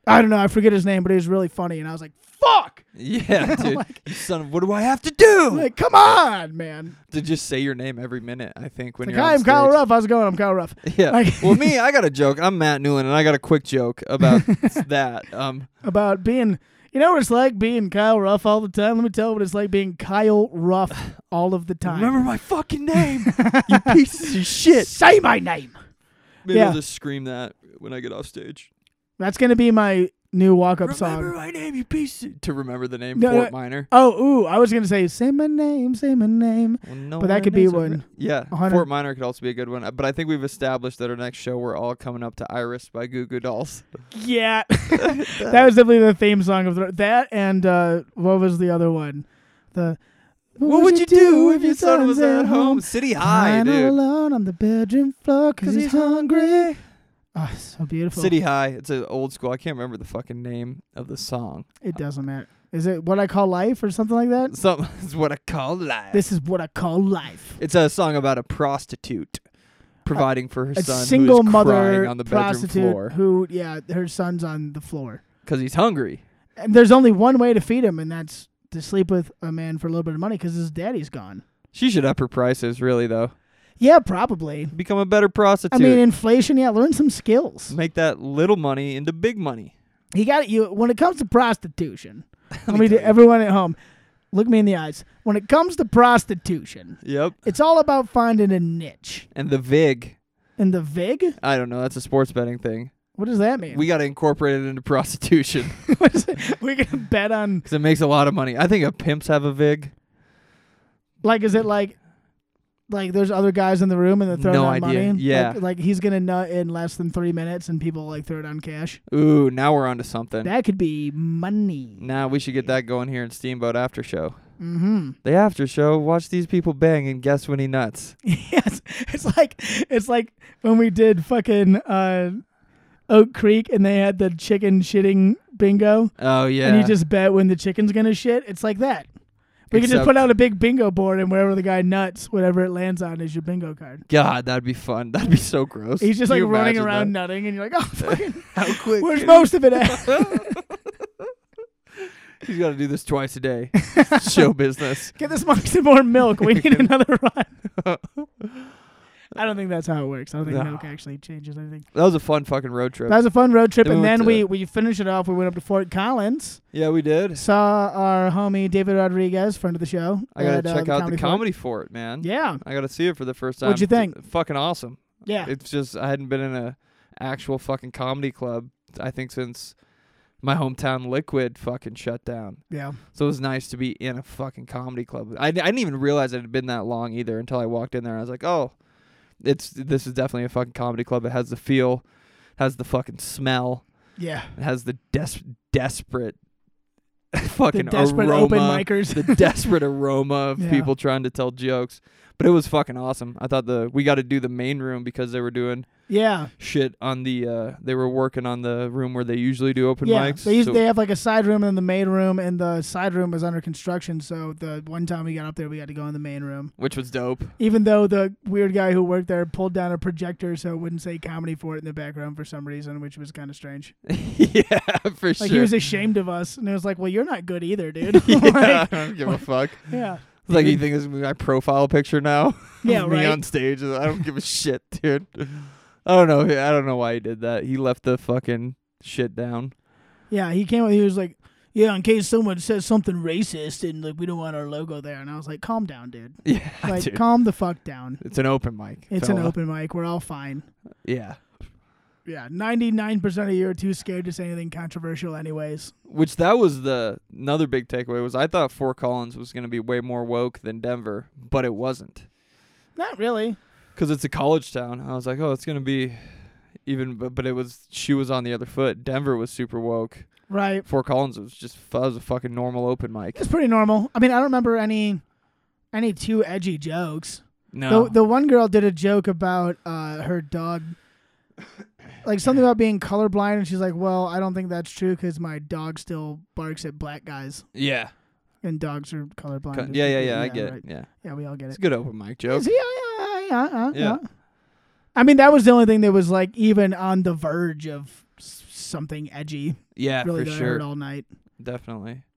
B: I don't know, I forget his name, but he was really funny. And I was like, "Fuck!"
C: Yeah,
B: I'm
C: dude.
B: like-
C: you son of, what do I have to do?
B: I'm like, "Come on, man!"
C: to just say your name every minute, I think, when
B: Like,
C: you're
B: hi,
C: on
B: I'm Kyle
C: stage.
B: Ruff. How's it going? I'm Kyle Ruff.
C: Yeah.
B: Like-
C: well, me, I got a joke. I'm Matt Newland, and I got a quick joke about that. Um,
B: About being, you know what it's like being Kyle Ruff all the time. Let me tell you what it's like being Kyle Ruff all of the time.
C: remember my fucking name, you pieces of shit.
B: Say my name.
C: Maybe
B: Yeah.
C: I'll just scream that when I get off stage.
B: That's gonna be my new walk-up song.
C: Remember my name, you pieces. To remember the name
B: No,
C: Fort
B: no.
C: Minor.
B: Oh, ooh, I was gonna say, say my name, say my name.
C: Well, no
B: But that
C: one
B: could be
C: is a
B: one.
C: re- yeah,
B: A hundred-
C: Fort Minor could also be a good one. Uh, But I think we've established that our next show we're all coming up to Iris by Goo Goo Dolls.
B: Yeah, that was definitely the theme song of the, that. And uh, what was the other one? The
C: What would you do if your son was at home? City High,
B: Lying all
C: dude.
B: alone on the bedroom floor because
C: 'Cause
B: he's,
C: he's
B: hungry. Oh, so beautiful.
C: City High. It's an old school. I can't remember the fucking name of the song.
B: It doesn't matter. Is it what I call life or something like that?
C: Something is what I call life.
B: This is what I call life.
C: it's a song about a prostitute providing for her
B: A
C: son
B: single
C: who is
B: mother
C: crying on the bedroom
B: prostitute
C: floor
B: who, yeah, her son's on the floor.
C: because he's hungry.
B: And there's only one way to feed him, and that's to sleep with a man for a little bit of money because his daddy's gone.
C: She should up her prices, really though.
B: Yeah, probably.
C: Become a better prostitute.
B: I mean, inflation. Yeah, learn some skills.
C: Make that little money into big money.
B: You got you when it comes to prostitution. Let
C: me
B: me to
C: tell you.
B: everyone at home, look me in the eyes. When it comes to prostitution,
C: Yep.
B: it's all about finding a niche.
C: And the vig.
B: And the vig,
C: I don't know. That's a sports betting thing.
B: what does that mean?
C: We got to incorporate it into prostitution
B: What is it? We're gonna bet on
C: because it makes a lot of money. I think a pimps have a vig.
B: like, is it like, like there's other guys in the room and they're throwing
C: No
B: out
C: idea.
B: money?
C: Yeah.
B: like, like he's gonna nut in less than three minutes, and people like throw it on cash.
C: Ooh, now we're onto something.
B: That could be money.
C: now we should get that going here in Steamboat After Show.
B: Mm-hmm.
C: The after show, watch these people bang and guess when he nuts.
B: yes, it's like it's like when we did fucking uh, Oak Creek and they had the chicken shitting bingo,
C: Oh yeah.
B: and you just bet when the chicken's gonna shit. It's like that. We can just
C: Except-
B: put out a big bingo board, and wherever the guy nuts, whatever it lands on is your bingo card.
C: God, that'd be fun. That'd be so gross.
B: He's just
C: Can
B: like
C: you
B: running
C: imagine
B: around
C: that?
B: nutting, and you're like, "Oh, fucking,
C: How quick?
B: where's most of it at?"
C: He's got to do this twice a day. show business.
B: Get this monkey some more milk. We need another run. I don't think that's how it works. I don't think
C: No.
B: milk actually changes anything.
C: That was a fun fucking road trip.
B: That was a fun road trip,
C: Then we
B: and
C: went
B: then
C: to-
B: we we finished it off. We went up to Fort Collins,
C: yeah, we did.
B: saw our homie David Rodriguez, friend of the show.
C: I gotta
B: at, uh,
C: check out the
B: Fort.
C: comedy fort, man.
B: Yeah,
C: I gotta see it for the first time.
B: What'd you
C: It's Fucking awesome.
B: yeah.
C: It's just I hadn't been in a actual fucking comedy club I think since my hometown Liquid fucking shut down.
B: Yeah.
C: So it was nice to be in a fucking comedy club. I, I didn't even realize it had been that long either until I walked in there and I was like, oh, it's this is definitely a fucking comedy club. It has the feel, has the fucking smell,
B: Yeah.
C: it has the des- desperate fucking
B: the desperate
C: aroma,
B: open micers.
C: the desperate aroma of
B: Yeah.
C: people trying to tell jokes. But it was fucking awesome. I thought the we got to do the main room because they were doing
B: yeah.
C: shit on the uh they were working on the room where they usually do open
B: yeah.
C: mics.
B: They, used,
C: so-
B: they have like a side room and the main room, and the side room was under construction. So the one time we got up there, we had to go in the main room.
C: which was dope.
B: Even though the weird guy who worked there pulled down a projector so it wouldn't say comedy for it in the background for some reason, which was kind of strange.
C: yeah, for sure.
B: Like he was ashamed of us, and it was like, "Well, you're not good either, dude."
C: yeah, I
B: like,
C: don't give a fuck.
B: yeah.
C: It's like you think this is my profile picture now?
B: Yeah,
C: Me
B: right.
C: on stage. I don't give a shit, dude. I don't know. I don't know why he did that. He left the fucking shit down.
B: Yeah, he came. He was like, "Yeah, in case someone says something racist and like we don't want our logo there," and I was like, "Calm down, dude.
C: Yeah,
B: Like,
C: dude.
B: calm the fuck down.
C: it's an open mic.
B: It's an
C: fella.
B: open mic. We're all fine."
C: Yeah,
B: Yeah, ninety nine percent of you are too scared to say anything controversial, anyways.
C: which that was the another big takeaway was I thought Fort Collins was gonna be way more woke than Denver, but it wasn't.
B: Not really.
C: because it's a college town. I was like, oh, it's gonna be even, but, but it was she was on the other foot. Denver was super woke.
B: Right.
C: Fort Collins was just that was a fucking normal open mic.
B: It's pretty normal. I mean, I don't remember any any too edgy jokes.
C: No,
B: The the one girl did a joke about uh, her dog, like something about being colorblind, and she's like, "Well, I don't think that's true because my dog still barks at black guys,
C: yeah,
B: and dogs are colorblind."
C: Co- yeah, yeah, yeah, I get
B: right.
C: it. Yeah,
B: Yeah, we all get
C: it's
B: it.
C: a good open mic joke.
B: Yeah, yeah, yeah, yeah,
C: Yeah.
B: yeah. I mean, that was the only thing that was like even on the verge of s- something edgy.
C: Yeah,
B: really, that
C: for
B: I heard
C: sure,
B: all night.
C: definitely.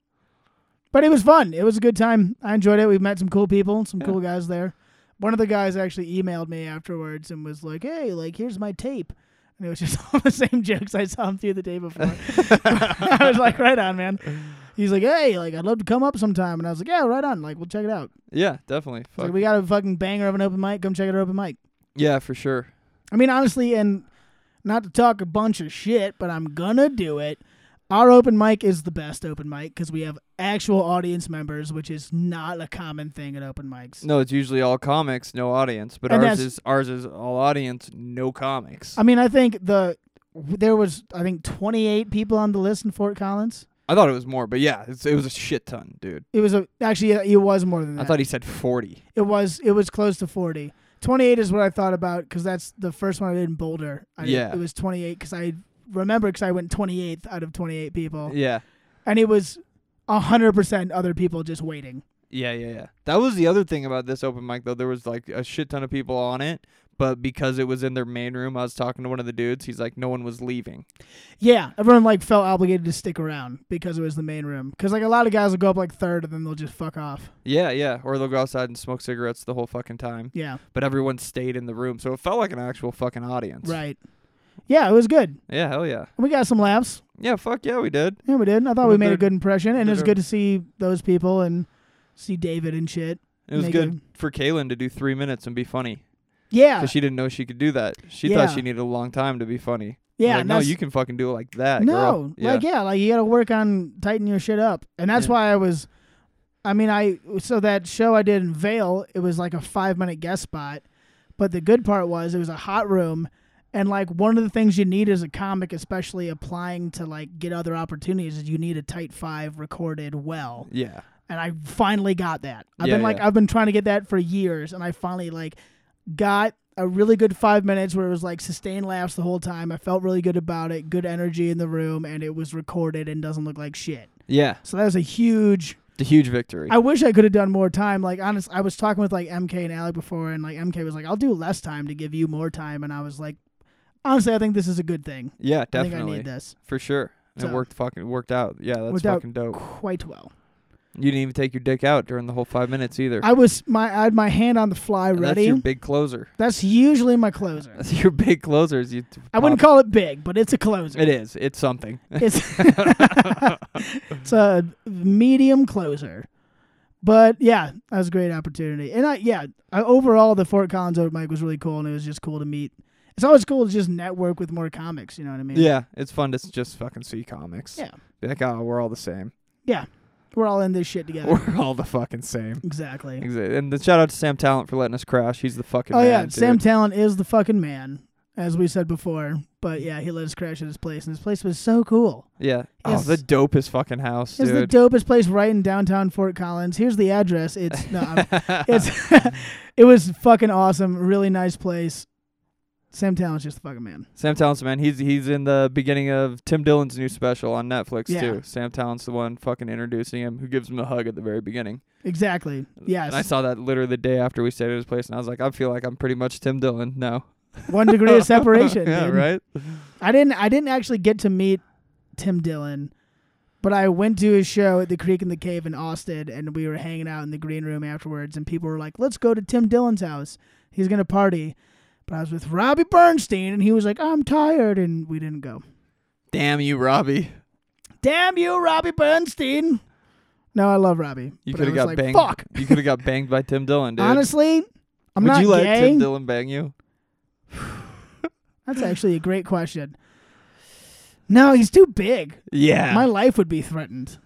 B: But it was fun. It was a good time. I enjoyed it. We met some cool people, some
C: Yeah.
B: cool guys there. One of the guys actually emailed me afterwards and was like, "Hey, like here's my tape." And it was just all the same jokes I saw him do the day before. I was like, "Right on, man." He's like, "Hey, like I'd love to come up sometime." And I was like, "Yeah, right on. Like we'll check it out."
C: Yeah, definitely.
B: He's like,
C: Fuck.
B: "We got a fucking banger of an open mic. Come check out our open mic."
C: yeah, for sure.
B: I mean, honestly, and not to talk a bunch of shit, but I'm gonna do it. Our open mic is the best open mic because we have actual audience members, which is not a common thing at open mics.
C: No, it's usually all comics, no audience. But
B: And
C: ours
B: that's-
C: is ours is all audience, no comics.
B: I mean, I think the there was I think 28 people on the list in Fort Collins.
C: I thought it was more, but yeah, it's, it was a shit ton, dude.
B: It was a, actually it was more than that.
C: I thought he said forty.
B: it was it was close to 40. 28 is what I thought about because that's the first one I did in Boulder. I did-
C: Yeah.
B: it was 28 because I remember because I went 28th out of 28 people.
C: Yeah.
B: and it was a hundred percent other people just waiting.
C: Yeah, yeah, yeah. That was the other thing about this open mic though. There was like a shit ton of people on it, but because it was in their main room, I was talking to one of the dudes. He's like, no one was leaving.
B: Yeah, everyone like felt obligated to stick around because it was the main room. Because like a lot of guys will go up like third and then they'll just fuck off.
C: Yeah, yeah. Or they'll go outside and smoke cigarettes the whole fucking time.
B: Yeah,
C: But everyone stayed in the room, so it felt like an actual fucking audience.
B: right. Yeah, it was good.
C: Yeah, hell yeah.
B: We got some laughs.
C: Yeah, fuck yeah, we did.
B: Yeah, we did. I thought
C: Well,
B: we made a
C: they're-
B: good impression, and it was
C: they're-
B: good to see those people and see David and shit.
C: It was
B: Make
C: good
B: it-
C: for Kaylin to do three minutes and be funny
B: Yeah,
C: because she didn't know she could do that. She
B: Uh, Yeah.
C: thought she needed a long time to be funny. I'm
B: yeah.
C: like,
B: and
C: no,
B: that's-
C: you can fucking do it like that. girl."
B: No,
C: yeah.
B: like yeah, like you got to work on tightening your shit up, and that's
C: Yeah.
B: why I was. I mean, I so that show I did in Vale, it was like a five minute guest spot, but the good part was it was a hot room, and like one of the things you need as a comic, especially applying to like get other opportunities, is you need a tight five recorded well,
C: yeah,
B: and I finally got that. I've
C: Yeah,
B: been like
C: yeah.
B: I've been trying to get that for years, and I finally like got a really good five minutes where it was like sustained laughs the whole time. I felt really good about it, good energy in the room, and it was recorded and doesn't look like shit.
C: yeah.
B: So that was a huge.
C: The huge victory.
B: I wish I could have done more time. Like honest, I was talking with like MK and Alec before, and like MK was like, "I'll do less time to give you more time," and I was like, "Honestly, I think this is a good thing.
C: yeah,
B: I think I
C: definitely.
B: need this
C: For sure. And
B: So-
C: it worked fucking worked out. Yeah, that's
B: Worked out
C: fucking dope.
B: quite well."
C: You didn't even take your dick out during the whole five minutes either.
B: I was my I had my hand on the fly
C: And
B: ready.
C: That's your big closer.
B: That's usually my closer.
C: That's your big closer. is You
B: I wouldn't call it big, but it's a closer.
C: Um, It is. It's something.
B: It's it's a medium closer. But yeah, that was a great opportunity. And I yeah, I, overall the Fort Collins open mic was really cool and it was just cool to meet. It's always cool to just network with more comics, you know what I mean?
C: Yeah, it's fun to s- just fucking see comics.
B: Yeah.
C: Be like, oh, we're all the same.
B: We're all in this shit together.
C: We're all the fucking same.
B: exactly.
C: Exa- And the shout out to Sam Talent for letting us crash. He's the fucking
B: Oh
C: man,
B: yeah,
C: dude.
B: Sam Talent is the fucking man, as we said before. But yeah, he let us crash at his place and his place was so cool.
C: yeah. Oh,
B: Yes.
C: the dopest fucking house,
B: It's the
C: dude.
B: dopest place right in downtown Fort Collins. Here's the address. It's no, I'm- it's it was fucking awesome. Really nice place. Sam Talent's just the fucking man.
C: Sam Talent's the man. He's he's in the beginning of Tim Dillon's new special on Netflix
B: Yeah.
C: too. Sam Talent's the one fucking introducing him, who gives him the hug at the very beginning.
B: Exactly.
C: And I
B: Yes.
C: saw that literally the day after we stayed at his place, and I was like, I feel like I'm pretty much Tim Dillon now.
B: One degree of separation.
C: yeah,
B: dude.
C: right.
B: I didn't I didn't actually get to meet Tim Dillon, but I went to his show at the Creek in the Cave in Austin and we were hanging out in the green room afterwards and people were like, Let's go to Tim Dillon's house. He's gonna party. But I was with Robbie Bernstein and he was like, I'm tired and we didn't go.
C: Damn you, Robbie.
B: Damn you, Robbie Bernstein. No, I love Robbie. but I
C: You could have
B: was
C: got
B: like,
C: banged.
B: Fuck.
C: You could have got banged by Tim Dillon, dude.
B: Honestly, I'm
C: Would
B: not
C: you let
B: gay.
C: Tim Dillon bang you?
B: That's actually a great question. No, he's too big.
C: Yeah.
B: My life would be threatened.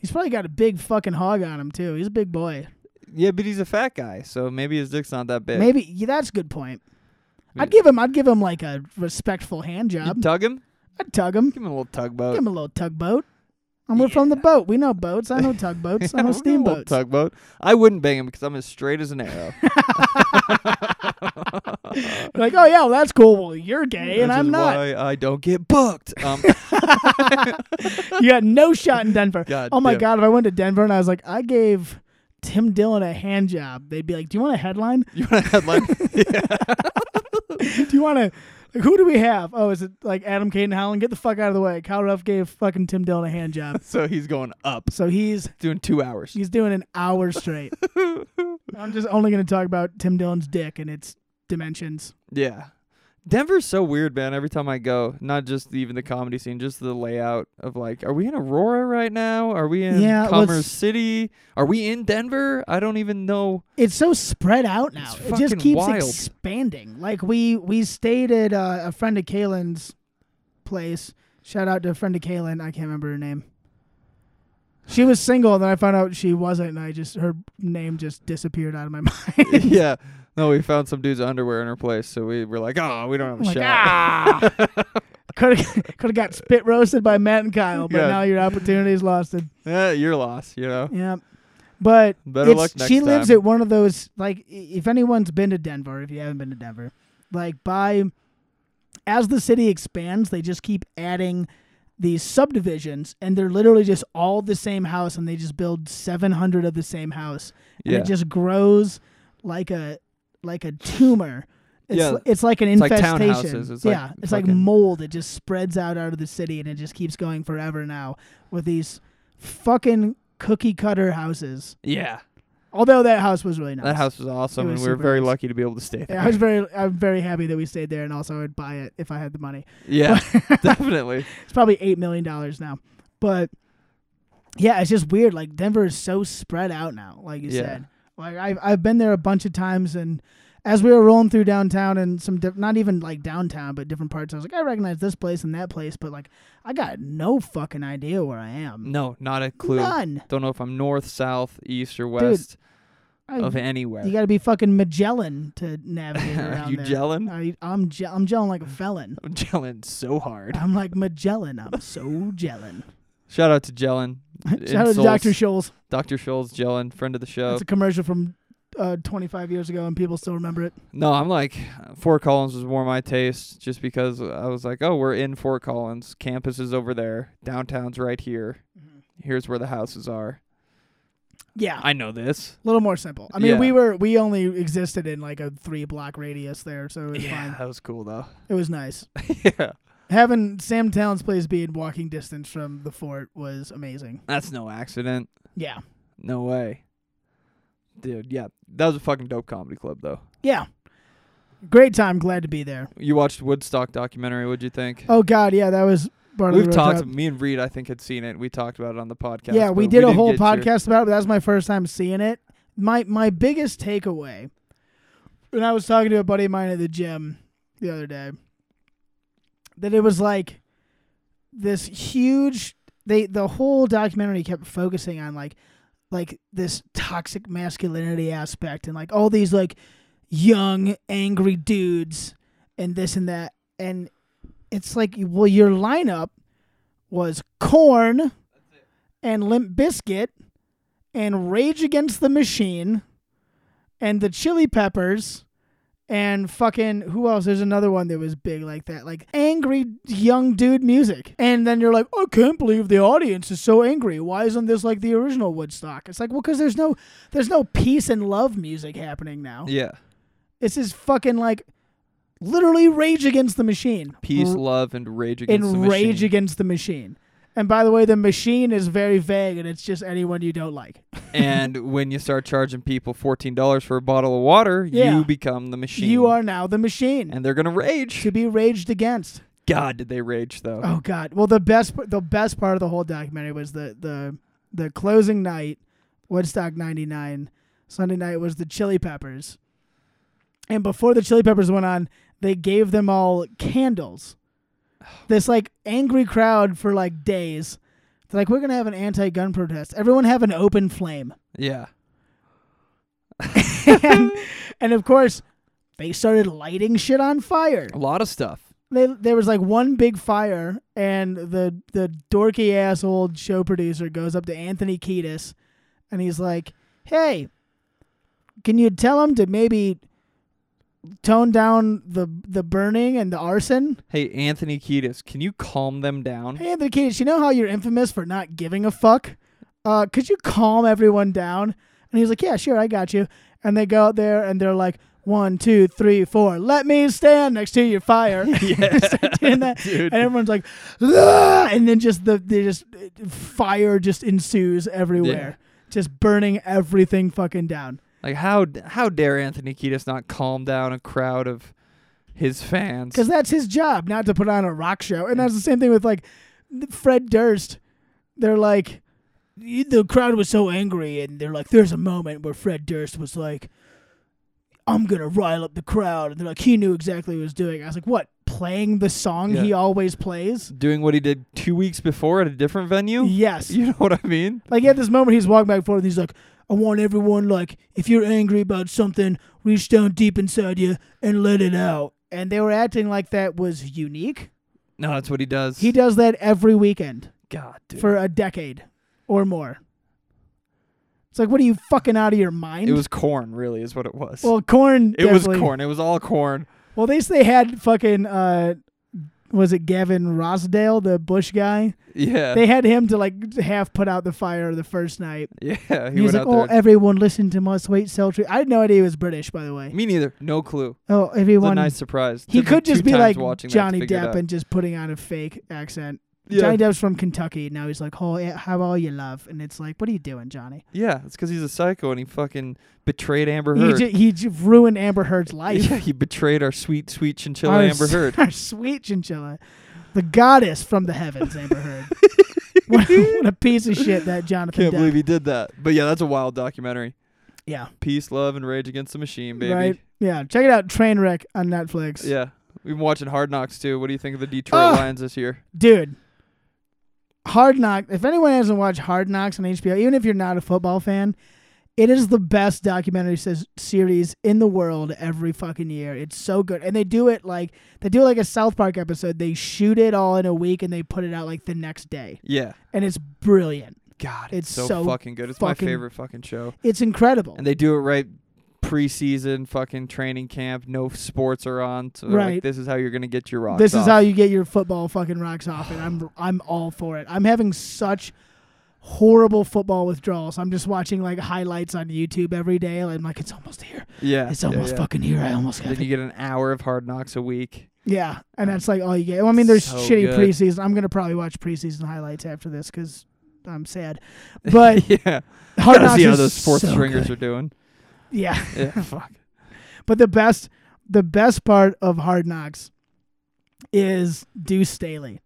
B: He's probably got a big fucking hog on him too. He's a big boy.
C: yeah, but he's a fat guy, so maybe his dick's not that big.
B: Maybe yeah, that's a good point.
C: Maybe-
B: I'd give him. I'd give him like a respectful hand
C: You
B: job.
C: tug him?
B: I'd tug him.
C: Give him a little
B: Give
C: tugboat.
B: him a little tugboat. And we're from the boat. We know boats. I know tugboats. I
C: Give him
B: know
C: a little
B: steamboats.
C: tugboat. I wouldn't bang him because I'm as straight as an arrow.
B: like, oh yeah, well that's cool. Well, you're gay and
C: Which
B: I'm
C: is
B: not.
C: Why I don't get booked. Um,
B: you got no shot in Denver.
C: God
B: oh my
C: damn.
B: god, if I went to Denver and I was like, I gave Tim Dillon a hand job, they'd be like, Do you want a headline?
C: you want to headline?
B: Do you want to? Like, who do we have? Oh, is it like Adam Caden Howland? Get the fuck out of the way. Kyle Ruff gave fucking Tim Dillon a hand job,
C: so he's going up.
B: so he's
C: Doing two hours.
B: he's doing an hour straight. I'm just only gonna talk about Tim Dillon's dick and its dimensions.
C: Yeah. Denver's so weird, man. Every time I go, not just even the comedy scene, just the layout of like, are we in Aurora right now? Are we in
B: Yeah, well, it's-
C: Commerce City? Are we in Denver? I don't even know.
B: It's so spread out now.
C: It's
B: it just
C: fucking
B: keeps
C: wild.
B: expanding. Like we we stayed at uh, a friend of Kaylin's place. Shout out to a friend of Kaylin. I can't remember her name. She was single, then I found out she wasn't, and I just her name just disappeared out of my mind.
C: yeah. No, we found some dude's underwear in her place, so we were like, oh, we don't have a
B: like
C: shot.
B: ah, could have could have got spit roasted by Matt and Kyle, but
C: Yeah.
B: now your opportunity's lost. And,
C: Yeah, your loss, you know.
B: yeah, but
C: Better
B: it's-
C: luck next
B: she lives
C: time.
B: at one of those like i- if anyone's been to Denver, if you haven't been to Denver, like by as the city expands, they just keep adding these subdivisions and they're literally just all the same house and they just build 700 of the same house and
C: Yeah.
B: it just grows like a like a tumor. It's,
C: Yeah.
B: li- it's like an
C: It's like
B: infestation.
C: townhouses. It's like
B: yeah, it's like
C: fucking-
B: mold. It just spreads out out of the city and it just keeps going forever now with these fucking cookie cutter houses.
C: yeah.
B: Although that house was really nice.
C: That house was awesome,
B: It
C: and
B: was
C: we were
B: super
C: very
B: nice.
C: lucky to be able to stay there.
B: Yeah, I was very, I'm very happy that we stayed there, and also I would buy it if I had the money.
C: Yeah, definitely.
B: It's probably eight million dollars now, but yeah, it's just weird. Like Denver is so spread out now, like you
C: Yeah.
B: said. Like I've I've been there a bunch of times, and as we were rolling through downtown and some diff- not even like downtown, but different parts, I was like, I recognize this place and that place, but like I got no fucking idea where I am.
C: No, not a clue.
B: None.
C: Don't know if I'm north, south, east, or west
B: I-
C: of anywhere.
B: you got to be fucking Magellan to navigate
C: Are
B: around
C: you
B: there.
C: gelling?
B: I, I'm je- I'm gelling like a felon.
C: I'm gelling so hard.
B: I'm like Magellan. I'm so gelling.
C: Shout out to Jellin.
B: Shout out to
C: Insoles.
B: Dr. Scholes.
C: Dr. Scholl's Jellin, friend of the show.
B: That's a commercial from uh, 25 years ago, and people still remember it.
C: no, I'm like, Fort Collins was more my taste just because I was like, oh, we're in Fort Collins. Campus is over there. Downtown's right here.
B: Mm-hmm.
C: Here's where the houses are.
B: Yeah, a
C: I know this.
B: little more simple. I mean,
C: Yeah.
B: we were we only existed in like a three block radius there, so it was
C: Yeah,
B: fine.
C: that was cool, though.
B: It was nice.
C: yeah.
B: Having Sam Talent's place be in walking distance from the fort was amazing.
C: That's no accident.
B: Yeah,
C: No way. Dude, yeah. That was a fucking dope comedy club though.
B: Yeah. Great time. Glad to be there.
C: You watched Woodstock documentary, what'd you think?
B: Oh God, yeah, that was part of
C: We've
B: the road
C: talked
B: trip.
C: me and Reed I think had seen it. We talked about it on the podcast.
B: Yeah, we
C: but
B: did a
C: didn't
B: whole
C: get your-
B: podcast about it, but that was my first time seeing it. My my biggest takeaway when I was talking to a buddy of mine at the gym the other day that it was like this huge they the whole documentary kept focusing on like like this toxic masculinity aspect and like all these like young angry dudes and this and that and it's like well your lineup was corn and limp biscuit and rage against the machine and the chili peppers and fucking who else there's another one that was big like that like angry young dude music and then you're like i can't believe the audience is so angry why isn't this like the original woodstock it's like well because there's no there's no peace and love music happening now
C: Yeah.
B: it's just fucking like literally rage against the machine.
C: Peace,
B: R-
C: love, and rage against the
B: and
C: machine.
B: rage against the machine. And by the way, the machine is very vague, and it's just anyone you don't like.
C: and when you start charging people fourteen dollars for a bottle of water,
B: Yeah.
C: you become the machine.
B: You are now the machine
C: and they're gonna rage.
B: to be raged against.
C: God, did they rage though?
B: Oh God! Well, the best the best part of the whole documentary was the the the closing night, Woodstock '99. Sunday night was the Chili Peppers, and before the Chili Peppers went on, they gave them all candles. This like angry crowd for like days. They're like, we're gonna have an anti-gun protest. Everyone have an open flame,
C: Yeah.
B: and, and of course, they started lighting shit on fire.
C: A lot of stuff.
B: they, there was like one big fire, and the the dorky ass old show producer goes up to Anthony Kiedis, and he's like, "Hey, can you tell him to maybe tone down the the burning and the arson?"
C: Hey, Anthony Kiedis, can you calm them down?
B: Hey, Anthony Kiedis, you know how you're infamous for not giving a fuck? Uh, could you calm everyone down? And he's like, Yeah, sure, I got you. And they go out there and they're like, One, two, three, four, let me stand next to your fire.
C: Yeah,
B: Start doing that.
C: dude.
B: And everyone's like, "Ah!" and then just the they just uh, fire just ensues everywhere. Just burning everything fucking down.
C: Like how d- how dare Anthony Kiedis not calm down a crowd of his fans?
B: because that's his job, not to put on a rock show. And that's the same thing with like Fred Durst. They're like, the crowd was so angry, and they're like, there's a moment where Fred Durst was like, I'm gonna rile up the crowd, and they're like, he knew exactly what he was doing. I was like, what? Playing the song he
C: Yeah.
B: always plays?
C: doing what he did two weeks before at a different venue.
B: Yes.
C: You know what I mean?
B: Like at this moment, he's walking back and forth, and he's like, "I want everyone like, if you're angry about something, reach down deep inside you and let it out." And they were acting like that was unique.
C: No, that's what he does.
B: He does that every weekend
C: God, dude.
B: for a decade or more. It's like, what are you fucking out of your mind?
C: it was corn, really, is what it was.
B: well, corn.
C: it was
B: definitely-
C: corn. It was all corn.
B: Well, they they had fucking uh, was it Gavin Rosdale, the Bush guy?
C: Yeah.
B: They had him to like half put out the fire the first night.
C: yeah. He
B: He was like,
C: went out
B: "Oh,
C: there.
B: everyone, listen to my sweet sultry." I had no idea he was British, by the way.
C: Me neither. No clue.
B: Oh,
C: It's a
B: everyone.
C: nice surprise.
B: he
C: Took me
B: could just
C: two
B: be
C: times
B: like
C: watching that to
B: Johnny
C: figure it
B: Depp
C: out.
B: and just putting on a fake accent.
C: yeah.
B: Johnny Depp's from Kentucky. Now he's like, "Oh, yeah, how are you, love?" And it's like, "What are you doing, Johnny?"
C: Yeah, it's because he's a psycho and he fucking betrayed Amber
B: He,
C: Heard.
B: ju- he ju- ruined Amber Heard's life.
C: Yeah, he betrayed our sweet, sweet chinchilla
B: Our
C: Amber
B: s-
C: Heard.
B: Our sweet chinchilla. The goddess from the heavens, Amber Heard. what, what a piece of shit that Jonathan
C: Can't
B: Depp.
C: believe he did that. But yeah, that's a wild documentary.
B: yeah.
C: Peace, love, and rage against the machine, baby.
B: Right? Yeah. Check it out, Trainwreck on Netflix.
C: Yeah, we've been watching Hard Knocks too. What do you think of the Detroit
B: Ah!
C: Lions this year?
B: Dude. Hard Knock. If anyone hasn't watched Hard Knocks on HBO, even if you're not a football fan, it is the best documentary ses- series in the world every fucking year. It's so good, and they do it like they do it like a South Park episode. They shoot it all in a week and they put it out like the next day,
C: Yeah,
B: and it's brilliant.
C: God,
B: It's
C: it's, so,
B: so
C: fucking good. It's
B: fucking-
C: my favorite fucking show.
B: It's incredible.
C: And they do it right preseason, fucking training camp. No sports are on. So they're
B: Right.
C: like, this is how you're gonna get your rocks.
B: this is
C: off.
B: how you get your football fucking rocks off, and I'm I'm all for it. I'm having such horrible football withdrawals. I'm just watching like highlights on YouTube every day. and I'm like, it's almost here.
C: Yeah,
B: It's
C: yeah,
B: almost
C: yeah.
B: fucking here. I almost got
C: Then
B: it.
C: you get an hour of Hard Knocks a week.
B: Yeah, and that's like all you get. Well, I mean, there's
C: So
B: shitty
C: good.
B: preseason. I'm gonna probably watch preseason highlights after this because I'm sad. But
C: yeah,
B: Hard
C: gotta
B: Knocks
C: see how
B: is
C: those fourth
B: so
C: stringers
B: good.
C: are doing.
B: Yeah.
C: Yeah, fuck.
B: But the best the best part of Hard Knocks is Deuce Staley.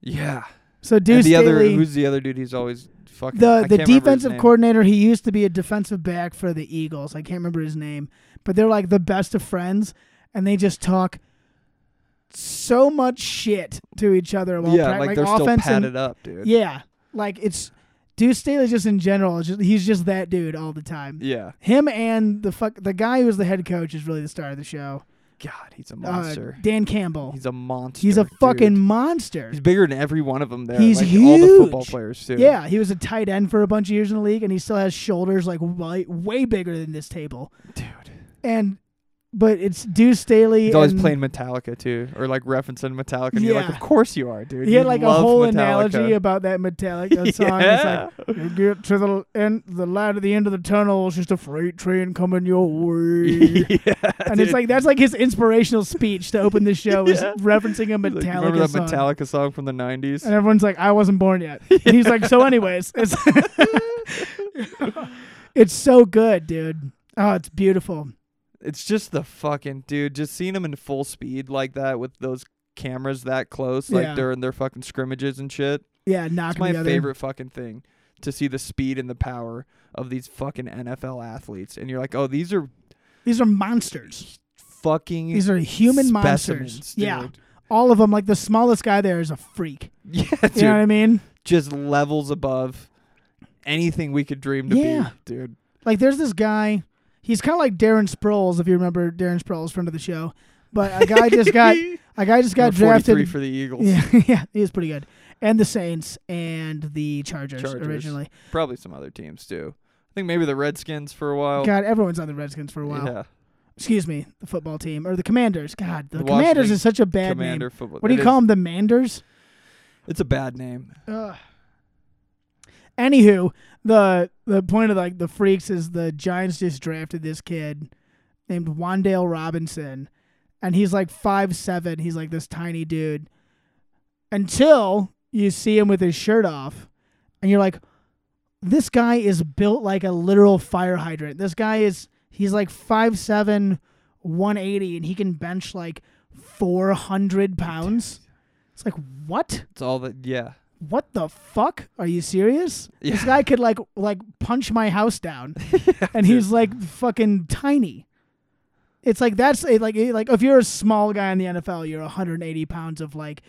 C: Yeah,
B: So
C: and
B: Deuce
C: the other
B: Staley
C: who's the other dude? He's always fucking
B: the
C: I
B: the
C: can't remember his
B: defensive
C: name.
B: coordinator he used to be a defensive back for the Eagles. I can't remember his name, but they're like the best of friends, and they just talk so much shit to each other. While
C: Yeah,
B: prac-
C: like they're still
B: offense
C: padded
B: and,
C: up, dude.
B: Yeah, like it's Deuce Staley just in general. is Just, he's just that dude all the time.
C: Yeah.
B: Him and the fuck the guy who was the head coach is really the star of the show.
C: God, he's a
B: Uh,
C: monster.
B: Dan Campbell. He's,
C: he's a monster.
B: a
C: dude.
B: fucking monster.
C: He's bigger than every one of them there.
B: He's
C: like all the football
B: huge.
C: players too.
B: Yeah, he was a tight end for a bunch of years in the league, and he still has shoulders like way, way bigger than this table.
C: dude.
B: And but it's Deuce Staley.
C: He's always
B: and
C: playing Metallica too, or like referencing Metallica. And You're like,
B: Yeah.
C: of course you are, dude.
B: He
C: You
B: had like a
C: love
B: whole
C: Metallica.
B: analogy about that Metallica song.
C: Yeah.
B: It's like you get to the end, the light at the end of the tunnel is just a freight train coming your way.
C: yeah,
B: And it's
C: dude.
B: like that's like his inspirational speech to open the show is
C: Yeah.
B: referencing a
C: He's like,
B: Metallica
C: remember that
B: song.
C: Metallica song from the '90s?
B: And everyone's like, I wasn't born yet. And he's like, so anyways, it's it's so good, dude. Oh, it's beautiful.
C: It's just the fucking dude. Just seeing him in full speed like that with those cameras that close, like
B: Yeah.
C: during their fucking scrimmages and shit.
B: Yeah,
C: It's
B: knocking
C: my
B: the other.
C: favorite fucking thing to see the speed and the power of these fucking NFL athletes. And you're like, oh, these are
B: These are monsters.
C: fucking
B: These are human monsters.
C: specimens,
B: Yeah,
C: dude.
B: all of them. Like the smallest guy there is a freak.
C: yeah, dude.
B: You know what I mean?
C: Just levels above anything we could dream to
B: Yeah.
C: be, dude.
B: Like there's this guy. He's kind of like Darren Sproles, if you remember Darren Sproles, friend of the show. But a guy just got a guy just got
C: Number 43
B: drafted
C: for the Eagles.
B: Yeah, yeah, he was pretty good. And the Saints and the Chargers,
C: Chargers.
B: originally.
C: Probably some other teams too. I think maybe the Redskins for a while.
B: God, everyone's on the Redskins for a while.
C: Oh. Yeah.
B: Excuse me, the football team or the Commanders. God, the,
C: The
B: Commanders
C: Washington
B: is such a bad
C: Commander
B: name.
C: football.
B: What do
C: It
B: you
C: is-
B: call them? The Manders.
C: It's a bad name.
B: Ugh. Anywho, the the point of like the freaks is the Giants just drafted this kid named Wandale Robinson, and he's like five seven. He's like this tiny dude. Until you see him with his shirt off, and you're like, this guy is built like a literal fire hydrant. This guy is he's like 5'7", 180, and he can bench like four hundred pounds. It's like what?
C: It's all that. Yeah.
B: what the fuck? Are you serious? This
C: Yeah.
B: guy could like like punch my house down, and he's like fucking tiny. It's like that's it, like it- like if you're a small guy in the NFL, you're 180 pounds of like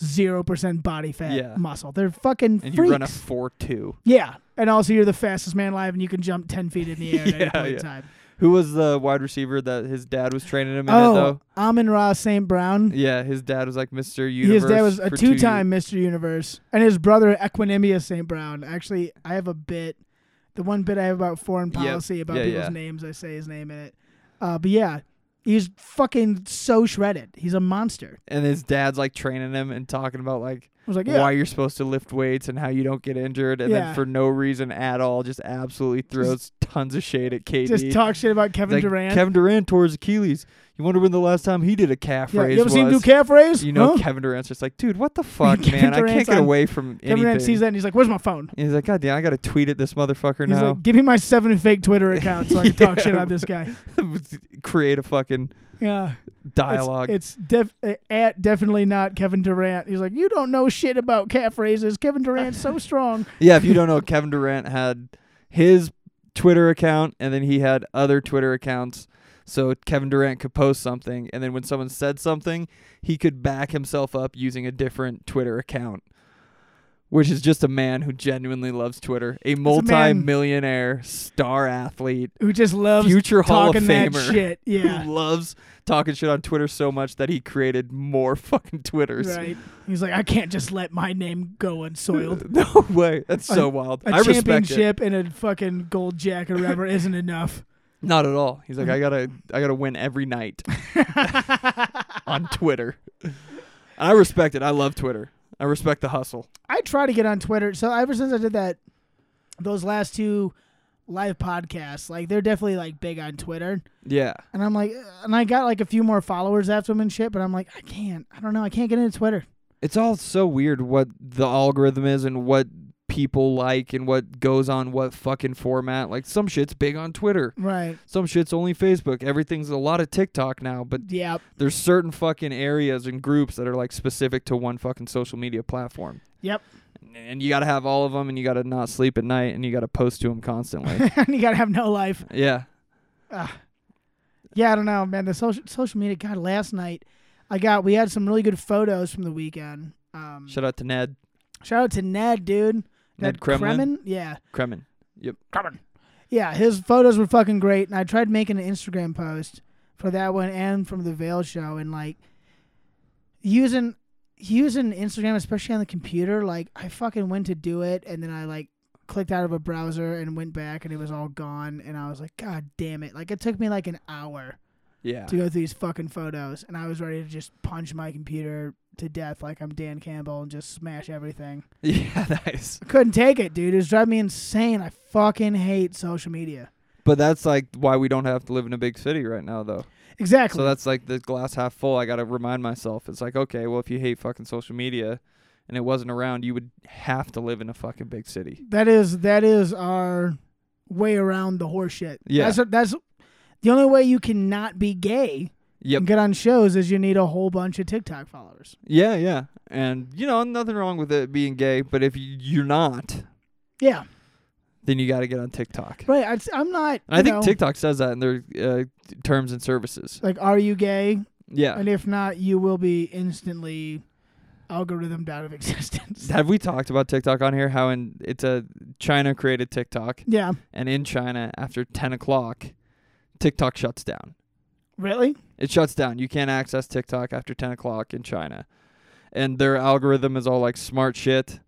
B: zero percent body fat
C: Yeah.
B: muscle. They're fucking
C: And you run a
B: freaks.
C: four-two.
B: yeah, and also you're the fastest man alive, and you can jump 10 feet in the air at any
C: Yeah,
B: point in
C: yeah.
B: time.
C: Who was the wide receiver that his dad was training him in? it,
B: Oh,
C: though?
B: Amon Ra St. Brown.
C: Yeah, his dad was like Mr. Universe.
B: His dad was a
C: for two
B: two-time Mr. Universe, and his brother Equinemius St. Brown. Actually, I have a bit, the one bit I have about foreign
C: Yep.
B: policy about
C: Yeah,
B: people's
C: yeah.
B: names. I say his name in it, uh, but yeah, he's fucking so shredded. He's a monster.
C: And his dad's like training him and talking about like
B: I was like, yeah,
C: why you're supposed to lift weights and how you don't get injured. And
B: Yeah.
C: then for no reason at all, just absolutely throws tons of shade at KD.
B: just talk shit about
C: It's
B: Kevin
C: like,
B: Durant.
C: Kevin Durant tore his Achilles. You wonder when the last time he did a calf
B: yeah,
C: raise
B: you ever
C: was.
B: seen him do calf raise?
C: you know,
B: Huh?
C: Kevin Durant's just like, dude, what the fuck,
B: Kevin
C: man? I can't
B: Durant's
C: get
B: on-
C: away from
B: Kevin Durant
C: anything.
B: sees that and he's like, "Where's my phone?"
C: And he's like, God damn, I gotta tweet at this motherfucker
B: He's
C: now.
B: like, "Give me my seven fake Twitter account so I can talk shit about this guy."
C: Create a fucking
B: Yeah. It's-
C: dialogue.
B: It's, def- uh, at definitely not Kevin Durant. He's like, you don't know shit about calf raises. Kevin Durant's so strong.
C: Yeah, if you don't know, Kevin Durant had his Twitter account and then he had other Twitter accounts. So Kevin Durant could post something and then when someone said something, he could back himself up using a different Twitter account. Which is just a man who genuinely loves Twitter, a multi-millionaire star athlete,
B: Who just loves
C: future Hall of
B: talking that
C: Famer,
B: shit. Yeah.
C: who loves talking shit on Twitter so much that he created more fucking Twitters.
B: right. He's like, I can't just let my name go unsoiled.
C: No way, that's so
B: A-
C: wild.
B: A
C: I respect it.
B: championship and a fucking gold jacket or whatever isn't enough.
C: Not at all. He's like, I gotta, I gotta win every night on Twitter. I respect it. I love Twitter. I respect the hustle.
B: I try to get on Twitter. So ever since I did that, those last two live podcasts, like they're definitely like big on Twitter.
C: Yeah,
B: And I'm like, uh, and I got like a few more followers after them and shit, but I'm like, I can't. I don't know. I can't get into Twitter.
C: it's all so weird what the algorithm is and what people like and what goes on what fucking format. Like some shit's big on Twitter.
B: Right.
C: Some shit's only Facebook. Everything's a lot of TikTok now, but
B: Yep.
C: there's certain fucking areas and groups that are like specific to one fucking social media platform.
B: Yep.
C: And you got to have all of them and you got to not sleep at night and you got to post to them constantly.
B: and you gotta have no life.
C: yeah.
B: Yeah, I don't know, man. The social social media. God, last night I got we had some really good photos from the weekend. Um,
C: Shout out to Ned
B: shout out to Ned, dude.
C: Ned Kremlin?
B: Yeah,
C: Kremen. Yep.
B: yeah. His photos were fucking great, and I tried making an Instagram post for that one and from the Veil show, and like using using Instagram, especially on the computer. Like I fucking went to do it, and then I like clicked out of a browser and went back, and it was all gone, and I was like, God damn it! Like it took me like an hour.
C: Yeah.
B: to go through these fucking photos, and I was ready to just punch my computer to death like I'm Dan Campbell and just smash everything.
C: Yeah, nice.
B: I couldn't take it, dude. It was driving me insane. I fucking hate social media.
C: But that's like why we don't have to live in a big city right now, though.
B: Exactly.
C: So that's like the glass half full. I got to remind myself. It's like, okay, well, if you hate fucking social media and it wasn't around, you would have to live in a fucking big city.
B: that is that is our way around the horseshit.
C: Yeah.
B: That's that's the only way you cannot be gay
C: Yep.
B: and get on shows is you need a whole bunch of TikTok followers.
C: Yeah, yeah. And, you know, nothing wrong with it being gay, but if you, you're not,
B: Yeah.
C: then you got to get on TikTok.
B: Right. I'd s- I'm not.
C: And I
B: you
C: think
B: know,
C: TikTok says that in their uh, terms and services.
B: Like, are you gay?
C: Yeah.
B: And if not, you will be instantly algorithmed out of existence.
C: Have we talked about TikTok on here? How in it's a China created TikTok,
B: yeah.
C: and in China after 10 o'clock, TikTok shuts down.
B: Really?
C: It shuts down. You can't access TikTok after 10 o'clock in China. And their algorithm is all like smart shit.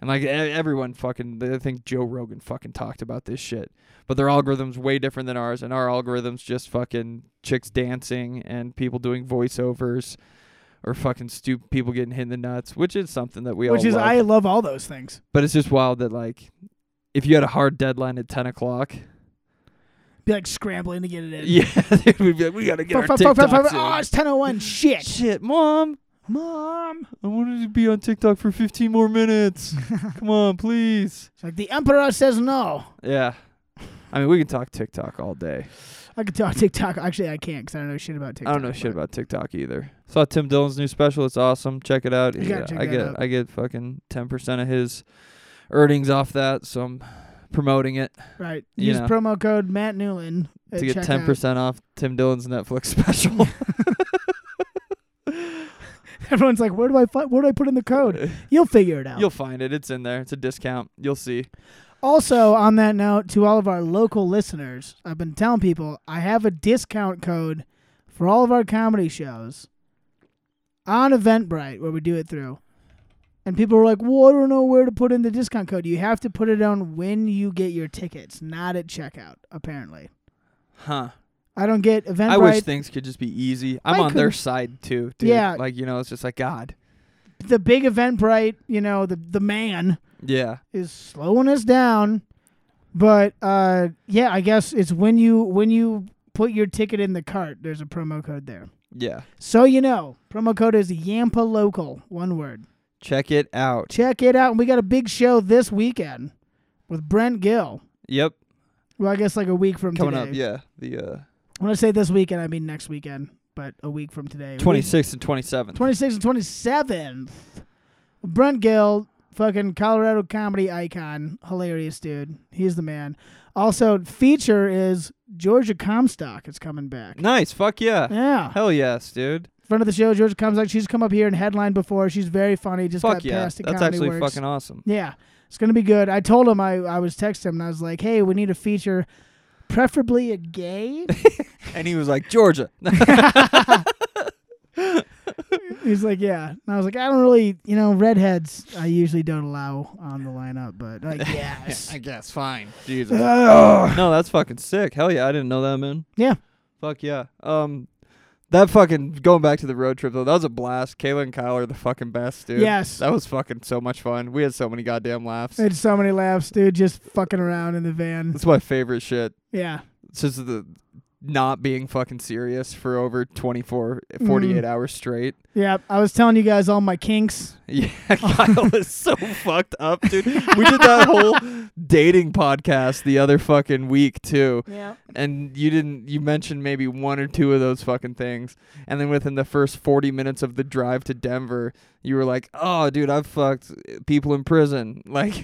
C: And like e- everyone fucking, I think Joe Rogan fucking talked about this shit. But their algorithm's way different than ours. And our algorithm's just fucking chicks dancing and people doing voiceovers or fucking stupid people getting hit in the nuts, which is something that we
B: Which
C: all
B: is,
C: love.
B: I love all those things.
C: but it's just wild that like if you had a hard deadline at 10 o'clock,
B: Be like scrambling to get it in.
C: yeah, dude, we'd be like, we gotta get
B: Fuck,
C: our
B: fuck, fuck, fuck,
C: TikToks
B: fuck. Oh,
C: in."
B: it's 1001. Shit.
C: Shit, mom.
B: Mom.
C: I wanted to be on TikTok for 15 more minutes. Come on, please.
B: It's like, the emperor says no.
C: Yeah. I mean, we can talk TikTok all day.
B: I could talk TikTok. Actually, I can't because I don't know shit about TikTok.
C: I don't know shit
B: but-
C: about TikTok either. Saw Tim Dillon's new special. It's awesome. Check it out.
B: You gotta check
C: I
B: that
C: get
B: out.
C: I get fucking 10% of his earnings off that, so I'm promoting it
B: Right.
C: you
B: Use
C: know.
B: promo code Matt Newland at
C: to get
B: checkout.
C: 10% off Tim Dillon's Netflix special.
B: Everyone's like, where do I find, where do I put in the code? You'll figure it out.
C: You'll find it. It's in there. It's a discount. You'll see.
B: Also, on that note, to all of our local listeners, I've been telling people I have a discount code for all of our comedy shows on Eventbrite where we do it through. And people were like, well, I don't know where to put in the discount code. You have to put it on when you get your tickets, not at checkout, apparently.
C: Huh.
B: I don't get Eventbrite.
C: I wish things could just be easy. I'm
B: I
C: on their
B: couldn't-
C: side too, dude.
B: Yeah.
C: Like, you know, it's just like God.
B: the big Eventbrite, you know, the, the man
C: Yeah.
B: is slowing us down. But uh, yeah, I guess it's when you when you put your ticket in the cart, there's a promo code there.
C: Yeah.
B: So you know, promo code is Yampa Local, one word.
C: Check it out.
B: Check it out. And we got a big show this weekend with Brent Gill.
C: Yep.
B: Well, I guess like a week from
C: Coming
B: today.
C: up, yeah. The uh
B: When I say this weekend, I mean next weekend, but a week from today. A
C: twenty
B: week-
C: sixth and twenty seventh.
B: 26th and 27th. Brent Gill, fucking Colorado comedy icon. Hilarious dude. He's the man. Also, feature is Georgia Comstock is coming back.
C: Nice, fuck yeah.
B: Yeah.
C: Hell yes, dude.
B: Friend of the show, Georgia Comstock. She's come up here and headlined before. She's very funny. Just
C: Fuck
B: got
C: yeah.
B: past the
C: That's
B: Comedy
C: actually
B: Works.
C: fucking awesome.
B: Yeah. It's going to be good. I told him, I, I was texting him, and I was like, hey, we need a feature, preferably a gay.
C: And he was like, Georgia.
B: He's like, yeah. And I was like, I don't really, you know, redheads, I usually don't allow on the lineup, but like, yes.
C: guess fine. Jesus.
B: Ugh.
C: no, that's fucking sick. Hell yeah, I didn't know that, man.
B: Yeah.
C: Fuck yeah. Um that fucking going back to the road trip though, that was a blast. Kayla and Kyle are the fucking best, dude.
B: Yes.
C: That was fucking so much fun. We had so many goddamn laughs.
B: I had so many laughs, dude, just fucking around in the van.
C: That's my favorite shit.
B: Yeah.
C: Since the not being fucking serious for over 24 48
B: Mm.
C: hours straight.
B: Yeah, I was telling you guys all my kinks.
C: Yeah, Kyle is so fucked up, dude. We did that whole dating podcast the other fucking week too.
B: Yeah.
C: and you didn't you mentioned maybe one or two of those fucking things and then within the first 40 minutes of the drive to denver you were like oh dude i've fucked people in prison like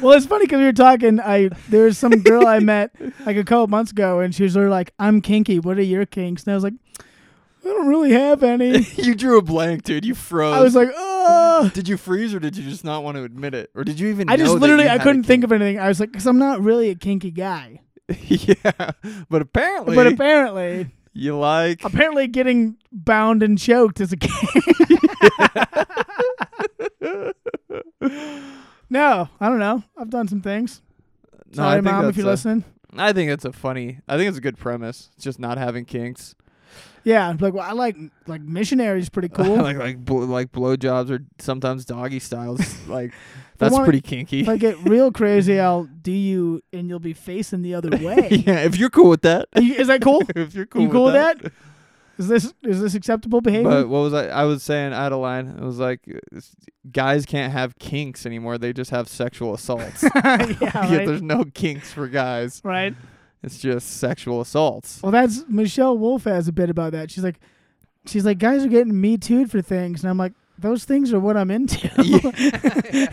B: Well, it's funny because we were talking. I there was some girl I met like a couple months ago, and she was sort of like, "I'm kinky. What are your kinks?" And I was like, "I don't really have any."
C: you drew a blank dude you froze
B: I was like, "Oh."
C: did you freeze or did you just not want to admit it or did you even
B: I just literally I couldn't think of anything. I was like, "Cause I'm not really a kinky guy."
C: it yeah but apparently
B: But apparently,
C: you like
B: apparently, getting bound and choked is a kink. no, I don't know. I've done some things.
C: no, I
B: Sorry,
C: think
B: mom, if
C: that's
B: you're
C: a-
B: listening.
C: I think it's a funny I think it's a good premise it's just not having kinks
B: Yeah, like well, I like like missionaries, pretty cool.
C: like like bl- like blowjobs or sometimes doggy styles. like that's
B: wanna-
C: pretty kinky.
B: if I get real crazy, I'll do you, and you'll be facing the other way.
C: yeah, if you're cool with that.
B: Are you- is that cool?
C: if you're cool,
B: you cool with that? Is this is this acceptable
C: But
B: behavior?
C: what was I? I was saying I had a line. It was like, it's- guys can't have kinks anymore. They just have sexual assaults.
B: yeah,
C: Yeah,
B: right?
C: there's no kinks for guys.
B: right.
C: It's just sexual assaults.
B: Well, that's Michelle Wolf has a bit about that. She's like, she's like, guys are getting me too'd for things, and I'm like, those things are what I'm into.
C: yeah,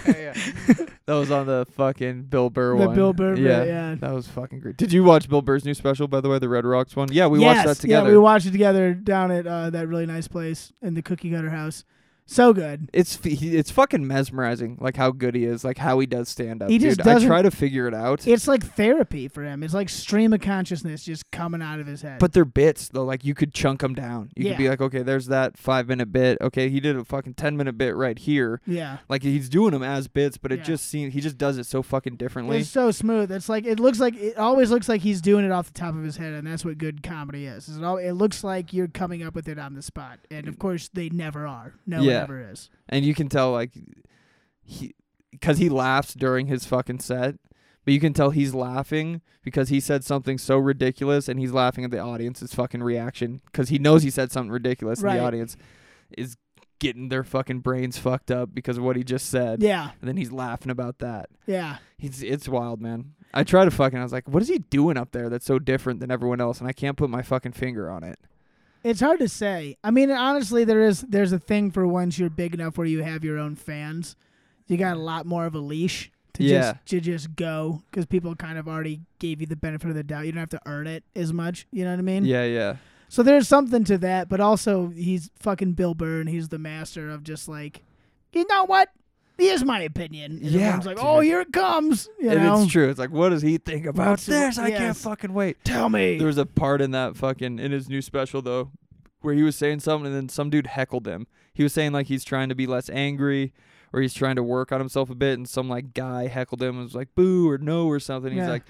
C: yeah, yeah. That was on the fucking Bill Burr
B: the
C: one.
B: Bill Burr, yeah.
C: That was fucking great. Did you watch Bill Burr's new special, by the way, the Red Rocks one? Yeah, we
B: Yes,
C: watched that together.
B: Yeah, we watched it together down at uh, that really nice place in the cookie cutter house. So good.
C: It's f- he- it's fucking mesmerizing, like how good he is, like how he does stand up.
B: He just
C: dude. I
B: doesn't-
C: try to figure it out,
B: It's like therapy for him. It's like stream of consciousness just coming out of his head.
C: but they're bits though. Like you could chunk them down. You
B: Yeah.
C: could be like, okay, there's that five minute bit. Okay, he did a fucking ten minute bit right here.
B: yeah,
C: Like he's doing them as bits, but it
B: Yeah.
C: just seems he just does it so fucking differently.
B: It's so smooth. It's like it looks like it always looks like he's doing it off the top of his head, and that's what good comedy is. is It, all, it looks like you're coming up with it on the spot, and of course they never are. No one
C: Yeah.
B: ever is.
C: and you can tell like he because he laughs during his fucking set but you can tell he's laughing because he said something so ridiculous and he's laughing at the audience's fucking reaction because he knows he said something ridiculous
B: Right.
C: and the audience is getting their fucking brains fucked up because of what he just said
B: Yeah,
C: and then he's laughing about that
B: yeah.
C: he's it's wild man i tried to fucking i was like what is he doing up there that's so different than everyone else and i can't put my fucking finger on it
B: It's hard to say. I mean, honestly, there is there's a thing for once you're big enough where you have your own fans, you got a lot more of a leash to
C: Yeah.
B: just to just go because people kind of already gave you the benefit of the doubt. You don't have to earn it as much. You know what I mean?
C: yeah yeah
B: So there's something to that, but also he's fucking Bill Burr and he's the master of just like, you know what? Here's my opinion. And
C: Yeah,
B: everyone's like, oh,
C: dude.
B: here it comes. You
C: and
B: know?
C: it's true it's like what does he think about
B: What's-
C: this i can't
B: yes.
C: fucking wait
B: Tell me.
C: There was a part in that fucking in his new special though, where he was saying something and then some dude heckled him. He was saying like he's trying to be less angry or he's trying to work on himself a bit, and some like guy heckled him and was like boo or no or something. He's
B: Yeah.
C: like,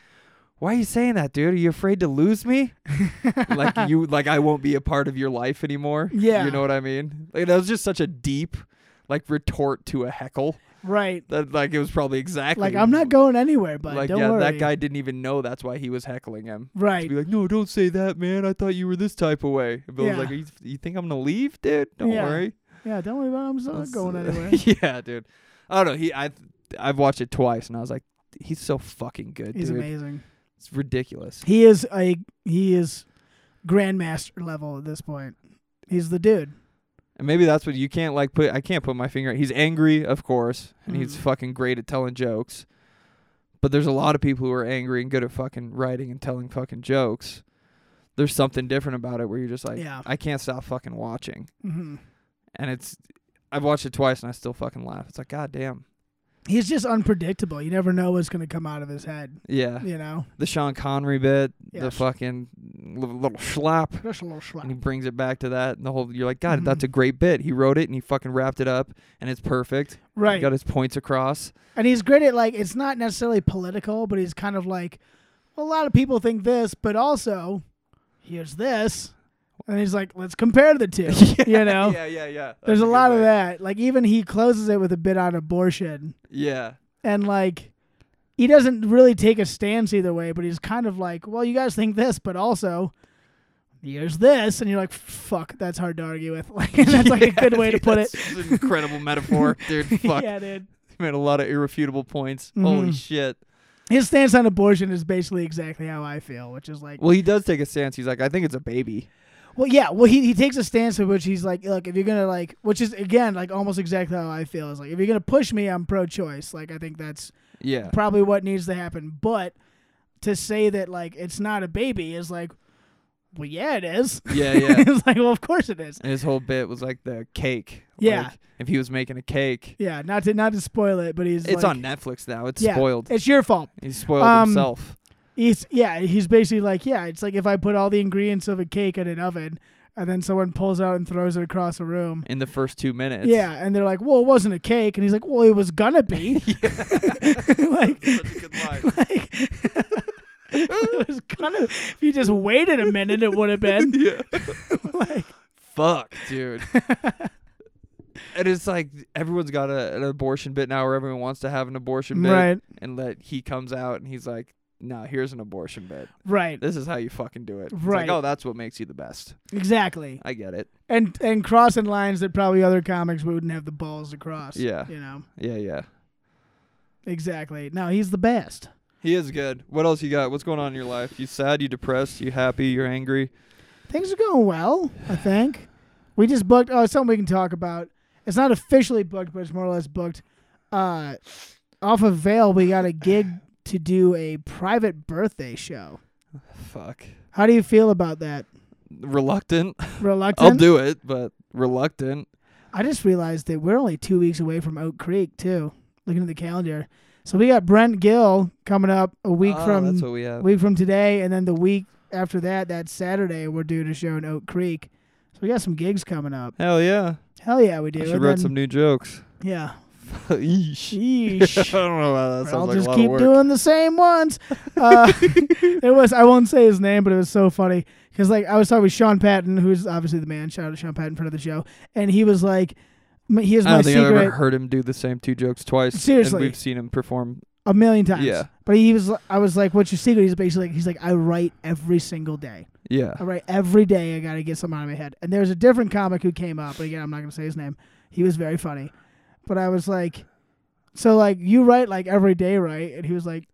C: "Why are you saying that, dude? Are you afraid to lose me? like you like I won't be a part of your life anymore?
B: Yeah.
C: you know what I mean? Like that was just such a deep." Like retort to a heckle,
B: right.
C: that like it was probably exactly
B: Like, I'm not going anywhere, but
C: like
B: don't
C: yeah
B: worry.
C: that guy didn't even know that's why he was heckling him
B: Right.
C: be like, no, don't say that, man. I thought you were this type of way. And Bill
B: Yeah.
C: was like, you, you think I'm gonna leave, dude? Don't
B: Yeah.
C: worry.
B: Yeah, don't worry about it. I'm still not
C: That's-
B: going anywhere.
C: yeah, dude. I don't know. He, I, I've watched it twice, and I was like, he's so fucking good,
B: He's
C: dude.
B: amazing.
C: It's ridiculous.
B: He is a he is grandmaster level at this point. He's the dude.
C: And maybe that's what you can't like put. I can't put my finger. He's angry, of course, and he's
B: Mhm.
C: fucking great at telling jokes. But there's a lot of people who are angry and good at fucking writing and telling fucking jokes. There's something different about it where you're just like,
B: Yeah.
C: I can't stop fucking watching.
B: hmm
C: and it's I've watched it twice and I still fucking laugh. It's like god damn.
B: He's just unpredictable. You never know what's going to come out of his head.
C: Yeah.
B: You know,
C: The Sean Connery bit, Ah, the
B: Yes.
C: fucking little, little schlap
B: just a little
C: and
B: schlep.
C: he brings it back to that and the whole you're like god
B: Mhm.
C: that's a great bit. He wrote it and he fucking wrapped it up and it's perfect. He
B: Right.
C: got his points across.
B: And he's great at like it's not necessarily political, but he's kind of like well, a lot of people think this, but also here's this, and he's like, let's compare the two. you know,
C: Yeah, yeah, yeah. That's
B: there's a
C: good
B: lot of
C: way.
B: that. Like even he closes it with a bit on abortion,
C: Yeah.
B: and like he doesn't really take a stance either way, but he's kind of like, well, you guys think this, but also here's this, and you're like, fuck, that's hard to argue with. Like that's like a good way to put it.
C: an incredible metaphor, dude. Fuck,
B: Yeah, dude.
C: made a lot of irrefutable points. Holy
B: Mhm.
C: shit.
B: His stance on abortion is basically exactly how I feel, which is like,
C: Well, he does take a stance. He's like, I think it's a baby.
B: well, yeah, well, he, he takes a stance in which he's like, look, if you're gonna like, which is again like almost exactly how I feel is like, if you're gonna push me, I'm pro-choice. Like I think that's
C: Yeah.
B: probably what needs to happen. But to say that like it's not a baby is like, well, yeah, it is.
C: Yeah, yeah.
B: it's like, well, of course it is.
C: and his whole bit was like the cake.
B: Yeah.
C: Like, if he was making a cake,
B: Yeah, not to not to spoil it, but he's like-
C: it's on Netflix now. It's
B: Yeah,
C: spoiled.
B: It's your fault.
C: He spoiled
B: Um,
C: himself.
B: He's yeah. He's basically like yeah. It's like if I put all the ingredients of a cake in an oven, and then someone pulls out and throws it across the room.
C: in the first two minutes.
B: yeah, and they're like, "Well, it wasn't a cake," and he's like, "Well, it was gonna be." like,
C: Such a good line.
B: like it was gonna. If you just waited a minute, it would have been.
C: yeah.
B: like,
C: Fuck, dude. and it's like everyone's got a, an abortion bit now, or everyone wants to have an abortion bit,
B: Right.
C: and let he comes out and he's like, "No, here's an abortion bit.
B: right,
C: This is how you fucking do it." It's
B: Right.
C: like, oh, that's what makes you the best.
B: exactly,
C: I get it.
B: and and crossing lines that probably other comics wouldn't have the balls to cross.
C: Yeah.
B: you know
C: Yeah, yeah.
B: exactly. No, he's the best.
C: He is good. What else you got? What's going on in your life? You sad? You depressed? You happy? You're angry?
B: Things are going well, I think. We just booked. Oh, it's something we can talk about. It's not officially booked, but it's more or less booked. Uh, off of Vale, we got a gig to do a private birthday show.
C: Fuck.
B: How do you feel about that?
C: Reluctant.
B: Reluctant.
C: I'll do it, but reluctant.
B: I just realized that we're only two weeks away from Oak Creek too. Looking at the calendar, so we got Brent Gill coming up a week
C: Oh,
B: from
C: that's what we have.
B: week from today, and then the week after that, that Saturday, we're doing a show in Oak Creek. So we got some gigs coming up.
C: Hell yeah.
B: Hell yeah, we do.
C: I should
B: And
C: wrote
B: then-
C: some new jokes.
B: Yeah.
C: Yeesh. I
B: Sheesh.
C: don't know why that sounds
B: I'll
C: like
B: just
C: a lot
B: keep
C: of work.
B: doing the same ones. Uh, it was I won't say his name, but it was so funny because like I was talking with Sean Patton, who's obviously the man. Shout out to Sean Patton, friend of the show, and he was like, m- "He is
C: I
B: my
C: don't think I've ever
B: secret
C: heard him do the same two jokes twice.
B: Seriously.
C: And we've seen him perform.
B: a million times."
C: Yeah.
B: But he was, I was like, "What's your secret?" He's basically like, he's like, "I write every single day.
C: Yeah.
B: I write every day. I gotta get something out of my head." And there's a different comic who came up, but again, I'm not gonna say his name. He was very funny, but I was like, "So like you write like every day, right?" And he was like.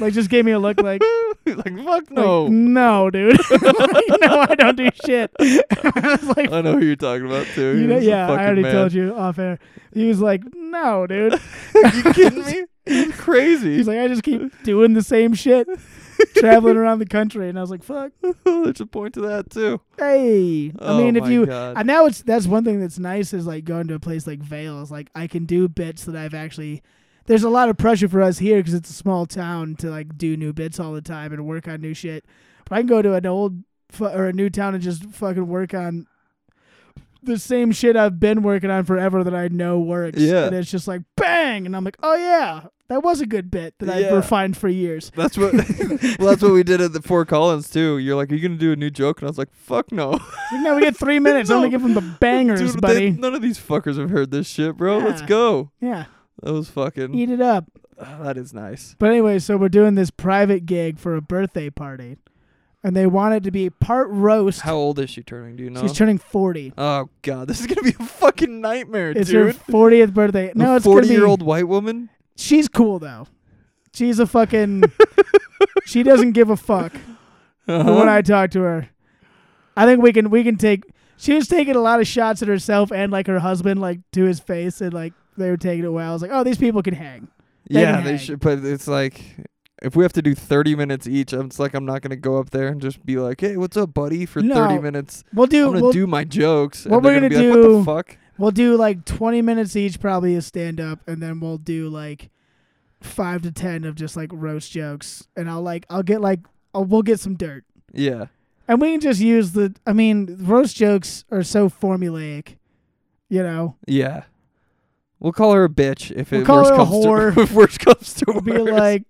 B: Like just gave me a look like
C: like, fuck
B: Like,
C: no.
B: no, dude. Like, no, I don't do shit. I was like,
C: I know who you're talking about, too.
B: you know-
C: He's a
B: yeah, I
C: fucking
B: already
C: man.
B: told you off air. He was like, no, dude.
C: you kidding me? This is crazy.
B: He's like, I just keep doing the same shit, traveling around the country, and I was like, fuck.
C: There's a point to that, too.
B: Hey, I
C: Oh
B: mean, if
C: my
B: you,
C: God.
B: and now it's that's one thing that's nice is like going to a place like Vale is like I can do bits that I've actually. There's a lot of pressure for us here because it's a small town to like do new bits all the time and work on new shit. But I can go to an old fu- or a new town and just fucking work on the same shit I've been working on forever that I know works.
C: Yeah.
B: and it's just like bang, and I'm like, oh yeah, that was a good bit that I've
C: Yeah.
B: refined for years.
C: That's what. well, that's what we did at the Four Collins too. You're like, are you gonna do a new joke? And I was like, fuck no,
B: Like, now we get three minutes. I'm
C: No.
B: gonna give them the bangers,
C: Dude, they-
B: buddy.
C: none of these fuckers have heard this shit, bro. Let's
B: Yeah.
C: go.
B: yeah,
C: That was fucking.
B: eat it up.
C: Ah, that is nice.
B: But anyway, so we're doing this private gig for a birthday party, and they want it to be part roast.
C: How old is she turning? Do you know?
B: She's turning forty.
C: oh god, this is gonna be a fucking nightmare,
B: It's her
C: dude.
B: fortieth birthday. No,
C: a
B: it's gonna be-
C: forty-year-old white woman.
B: She's cool though. She's a fucking. she doesn't give a fuck.
C: Uh-huh.
B: But when I talk to her, I think we can we can take. She was taking a lot of shots at herself and like her husband, like to his face, and like they were taking it well. I was like, oh, these people can hang. they
C: yeah,
B: can
C: they
B: hang.
C: should. But it's like, if we have to do thirty minutes each, I'm it's like, I'm not gonna go up there and just be like, hey, what's up, buddy, for
B: No.
C: thirty minutes.
B: We'll do.
C: I'm gonna
B: we'll,
C: do my jokes.
B: what
C: and they're
B: we're
C: gonna,
B: gonna
C: be like,
B: do-
C: what the fuck?
B: We'll do like 20 minutes each, probably a stand up, and then we'll do like five to 10 of just like roast jokes. And I'll like, I'll get like, I'll, we'll get some dirt.
C: Yeah.
B: And we can just use the, I mean, roast jokes are so formulaic, you know?
C: Yeah. We'll call her a bitch if
B: We'll
C: it
B: call
C: worse
B: her a
C: comes
B: whore.
C: to if worse comes to
B: We'll
C: worse.
B: be like,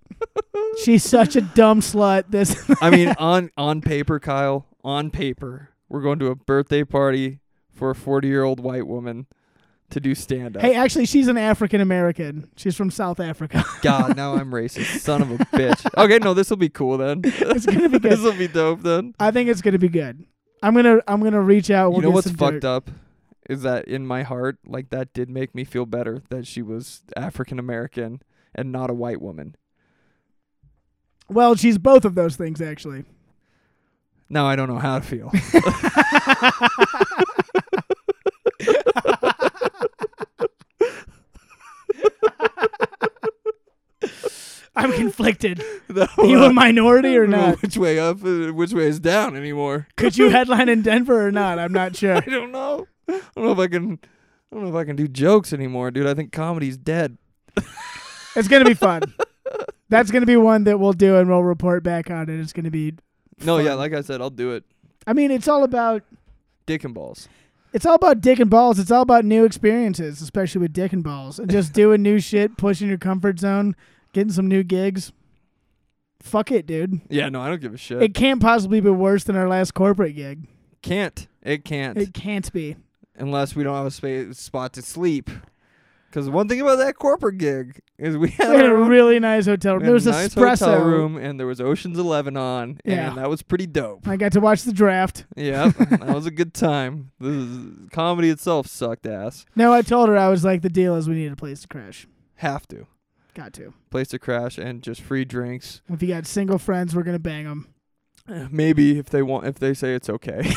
B: she's such a dumb slut. This,
C: I mean, on on paper, Kyle, on paper, we're going to a birthday party for a forty year old white woman. to do stand up.
B: Hey, actually, she's an African American. She's from South Africa.
C: God, now I'm racist, son of a bitch. Okay, no, this will be cool then.
B: it's gonna be
C: this
B: good.
C: will be dope then.
B: I think it's gonna be good. I'm gonna I'm gonna reach out. We'll
C: you know
B: get
C: what's
B: some
C: fucked
B: dirt.
C: up is that in my heart, like that did make me feel better that she was African American and not a white woman.
B: Well, she's both of those things actually.
C: Now I don't know how to feel.
B: I'm conflicted.
C: Now
B: Are you
C: I
B: a minority or
C: don't know
B: not?
C: Which way up? uh, Which way is down anymore?
B: Could you headline in Denver or not? I'm not sure.
C: I don't know. I don't know if I can. I don't know if I can do jokes anymore, dude. I think comedy's dead.
B: It's gonna be fun. That's gonna be one that we'll do and we'll report back on it. It's gonna be.
C: No, yeah,
B: Fun.
C: like I said, I'll do it.
B: I mean, it's all about
C: Dick and balls.
B: it's all about dick and balls. It's all about new experiences, especially with dick and balls, and just doing new shit, pushing your comfort zone, getting some new gigs. Fuck it, dude.
C: Yeah, no, I don't give a shit.
B: It can't possibly be worse than our last corporate gig.
C: can't. It can't.
B: It can't be.
C: unless we don't have a spa- spot to sleep. Because one thing about that corporate gig is we had,
B: We had a
C: our own-
B: really nice hotel room.
C: we
B: There
C: had
B: was
C: a
B: an
C: nice
B: espresso
C: hotel room, and there was Ocean's Eleven on,
B: Yeah.
C: and that was pretty dope.
B: I got to watch the draft.
C: Yeah, that was a good time. This is, comedy itself sucked ass.
B: No, I told her I was like, the deal is we need a place to crash.
C: Have to
B: Got to.
C: place to crash and just free drinks.
B: If you got single friends, we're gonna bang them.
C: Eh, Maybe if they want, if they say it's okay.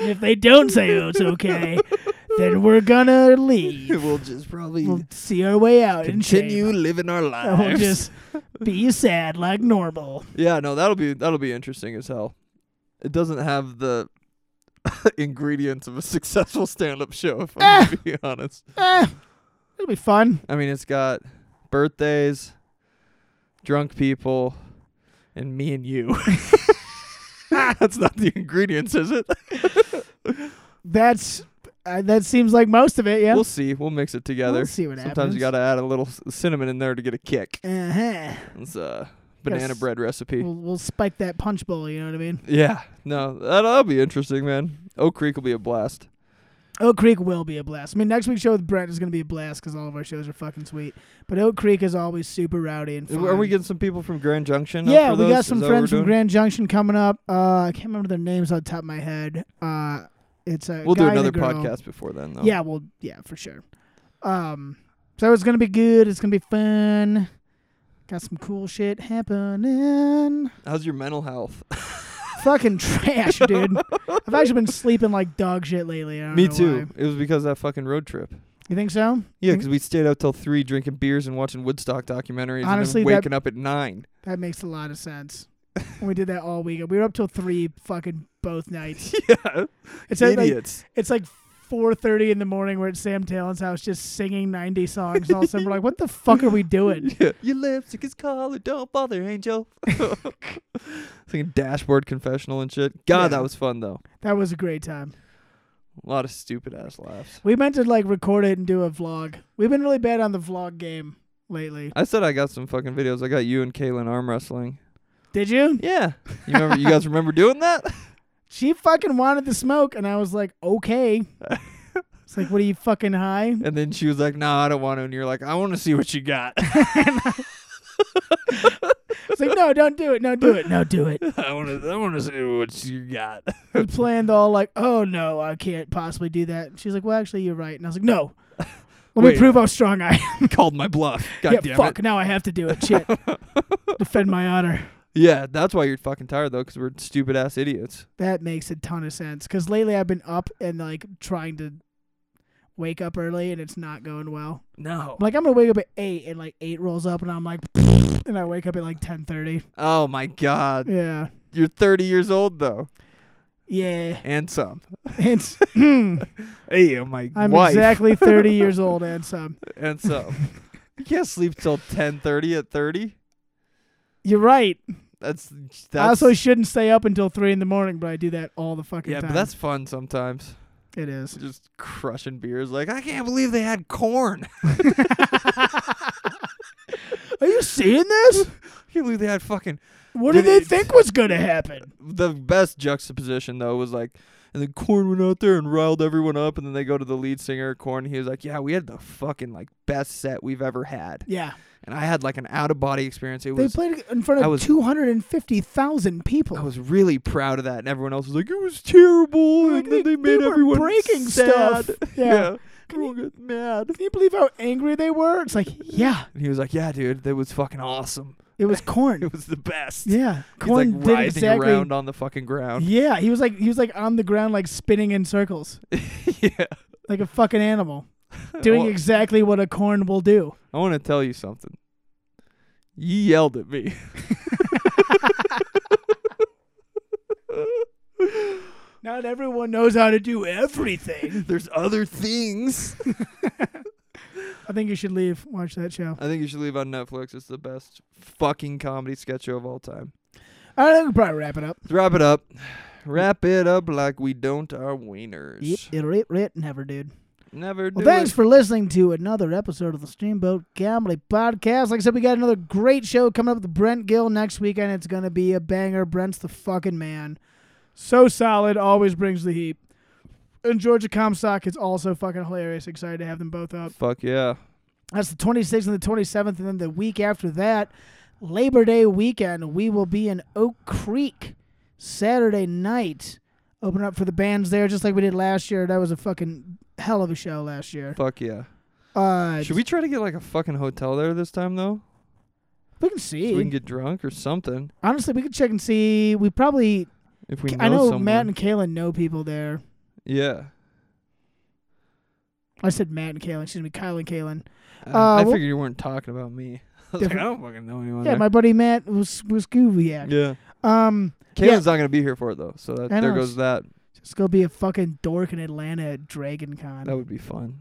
B: if they don't say oh, it's okay, then we're gonna leave.
C: we'll just probably
B: We'll see our way out and
C: continue living our lives.
B: We'll just be sad like normal.
C: Yeah, no, that'll be that'll be interesting as hell. It doesn't have the ingredients of a successful stand-up show, if I'm gonna be honest.
B: Eh, it'll be fun.
C: I mean, it's got birthdays, drunk people, and me and you. That's not the ingredients, is it?
B: That's uh, that seems like most of it. Yeah,
C: We'll see. We'll mix it together.
B: We'll see what
C: Sometimes
B: happens.
C: you gotta add a little s- cinnamon in there to get a kick.
B: Uh-huh.
C: It's a banana
B: Yes.
C: bread recipe.
B: We'll, we'll spike that punch bowl. You know what I mean?
C: yeah, no, that'll, that'll be interesting, man. Oak Creek will be a blast.
B: Oak Creek will be a blast. I mean, next week's show with Brent is going to be a blast because all of our shows are fucking sweet. But Oak Creek is always super rowdy and fun.
C: Are we getting some people from Grand Junction? up
B: Yeah,
C: for
B: we
C: those?
B: got
C: Is
B: some
C: that what
B: friends
C: we're
B: from
C: doing?
B: Grand Junction coming up. Uh, I can't remember their names on the top of my head. Uh, it's a
C: We'll
B: guy and
C: do
B: a
C: another
B: girl.
C: podcast before then, though.
B: Yeah, well, yeah, for sure. Um, so it's gonna be good. It's gonna be fun. Got some cool shit happening.
C: How's your mental health?
B: Fucking trash, dude. I've actually been sleeping like dog shit lately. I don't
C: Me
B: know
C: too.
B: why. Mm-hmm.
C: It was because of that fucking road trip.
B: You think so?
C: Yeah,
B: Think-
C: because we stayed out till three drinking beers and watching Woodstock documentaries,
B: Honestly,
C: and
B: that-
C: then waking up at nine.
B: That makes a lot of sense. And we did that all weekend. We were up till three fucking both nights.
C: yeah,
B: It's at, like
C: idiots.
B: it's like four thirty in the morning. We're at Sam Talon's house just singing ninety songs. And all of a sudden, we're like, "What the fuck are we doing?"
C: yeah. Your lipstick is color. Don't bother, Angel. Thinking dashboard confessional and shit. God,
B: Yeah.
C: that was fun though.
B: That was a great time.
C: A lot of stupid ass laughs.
B: We meant to like record it and do a vlog. We've been really bad on the vlog game lately.
C: I said I got some fucking videos. I got you and Kaylin arm wrestling.
B: Did you?
C: Yeah, you remember? you guys remember doing that?
B: She fucking wanted the smoke, and I was like, "Okay." It's like, "What are you fucking high?"
C: And then she was like, "No, I don't want to." And you're like, "I want to see what you got.
B: It's like, "No, don't do it. No, do it. No, do it."
C: I want to. I want to see what you got."
B: We planned all like, "Oh no, I can't possibly do that." She's like, "Well, actually, you're right," and I was like, "No." Let
C: Wait.
B: me prove how strong I am.
C: Called my bluff. God
B: yeah,
C: damn
B: fuck.
C: it.
B: Now I have to do it. Shit. Defend my honor.
C: Yeah, that's why you're fucking tired though, because we're stupid ass idiots.
B: That makes a ton of sense because lately I've been up and like trying to wake up early and it's not going well.
C: No.
B: I'm like I'm gonna wake up at eight and like eight rolls up and I'm like, and I wake up at like ten thirty.
C: Oh my god.
B: Yeah,
C: You're 30 years old though,
B: yeah.
C: and some.
B: It's I'm
C: Hey, oh my wife,
B: exactly thirty years old and some.
C: and some. you can't sleep till 10:30 at 30.
B: You're right.
C: That's
B: I
C: that's.
B: also shouldn't stay up until three in the morning, but I do that all the fucking
C: yeah,
B: time.
C: but that's fun sometimes.
B: it is.
C: Just crushing beers. Like I can't believe they had corn.
B: Are you seeing this?
C: I can't believe they had fucking
B: What did
C: Did
B: they
C: it-
B: think was gonna happen?
C: the best juxtaposition though was like And then Corn went out there and riled everyone up. And then they go to the lead singer, Corn. He was like, "Yeah, we had the fucking like best set we've ever had."
B: Yeah.
C: And I had like an out of body experience. It
B: They
C: was
B: played in front
C: I
B: of
C: was-
B: 250,000
C: I
B: people.
C: was really proud of that, and everyone else was like, "It was terrible,"
B: Like,
C: and then
B: they-
C: they made
B: they were
C: everyone
B: breaking
C: sad.
B: stuff. Yeah.
C: everyone got mad.
B: Can you believe how angry they were? It's like, yeah,
C: And he was like, "Yeah, dude, that was fucking awesome.
B: it was corn.
C: It was the best."
B: Yeah,
C: He's like
B: corn did
C: writhing
B: exactly.
C: around on the fucking ground.
B: Yeah, he was like he was like on the ground, like spinning in circles,
C: yeah.
B: like a fucking animal, doing
C: Well-
B: exactly what a corn will do.
C: I want to tell you something. You yelled at me.
B: Not everyone knows how to do everything.
C: There's other things.
B: I think you should leave. Watch that show.
C: I think you should leave on Netflix. It's the best fucking comedy sketch show of all time.
B: All right, we can probably wrap it up.
C: Let's wrap it up. Wrap it up like we don't our wieners.
B: Yep, yep, yep, never, dude.
C: Never do
B: Well, thanks
C: it.
B: for listening to another episode of the Steamboat Comedy Podcast. Like I said, we got another great show coming up with Brent Gill next weekend. It's going to be a banger. Brent's the fucking man. So solid, always brings the heat. And Georgia Comstock is also fucking hilarious. Excited to have them both up.
C: Fuck yeah.
B: That's the 26th and the 27th. And then the week after that, Labor Day weekend, we will be in Oak Creek Saturday night. Open up for the bands there, just like we did last year. That was a fucking hell of a show last year.
C: Fuck yeah.
B: Uh,
C: Should we try to get like a fucking hotel there this time though?
B: We can see.
C: So we can get drunk or something.
B: Honestly, we could check and see. We probably.
C: If we know
B: I know
C: someone.
B: Matt and Kaylin know people there.
C: yeah.
B: I said Matt and Kaylin. Excuse me, Kyle and Kaylin.
C: I-
B: Uh,
C: I
B: well-
C: figured you weren't talking about me. I was like,
B: Different-
C: I don't fucking know anyone.
B: Yeah,
C: there.
B: my buddy Matt was was Gooviac.
C: Oh, yeah.
B: Um,
C: Caitlin's
B: Yeah.
C: not gonna be here for it though, so that,
B: I
C: there
B: know,
C: goes
B: she-
C: that.
B: just go be a fucking dork in Atlanta at Dragon Con.
C: That would be fun.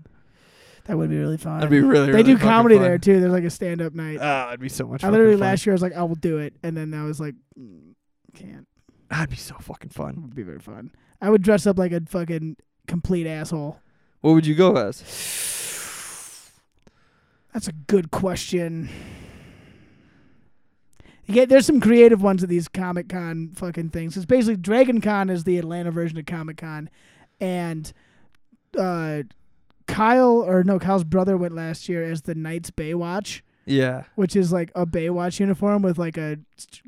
B: That would be really fun.
C: That'd be really.
B: they
C: really
B: do
C: fucking
B: comedy
C: fun.
B: there too. There's like a stand up night.
C: Ah, it'd be so much.
B: I literally
C: fucking fun.
B: last year I was like, I will do it, and then I was like, mm, can't.
C: That'd be so fucking
B: It
C: fun.
B: would be very fun. I would dress up like a fucking complete asshole.
C: What would you go as?
B: That's a good question. Yeah, there's some creative ones of these Comic Con fucking things. It's basically Dragon Con is the Atlanta version of Comic Con, and uh, Kyle or no Kyle's brother went last year as the Knights Baywatch,
C: Yeah.
B: which is like a Baywatch uniform with like a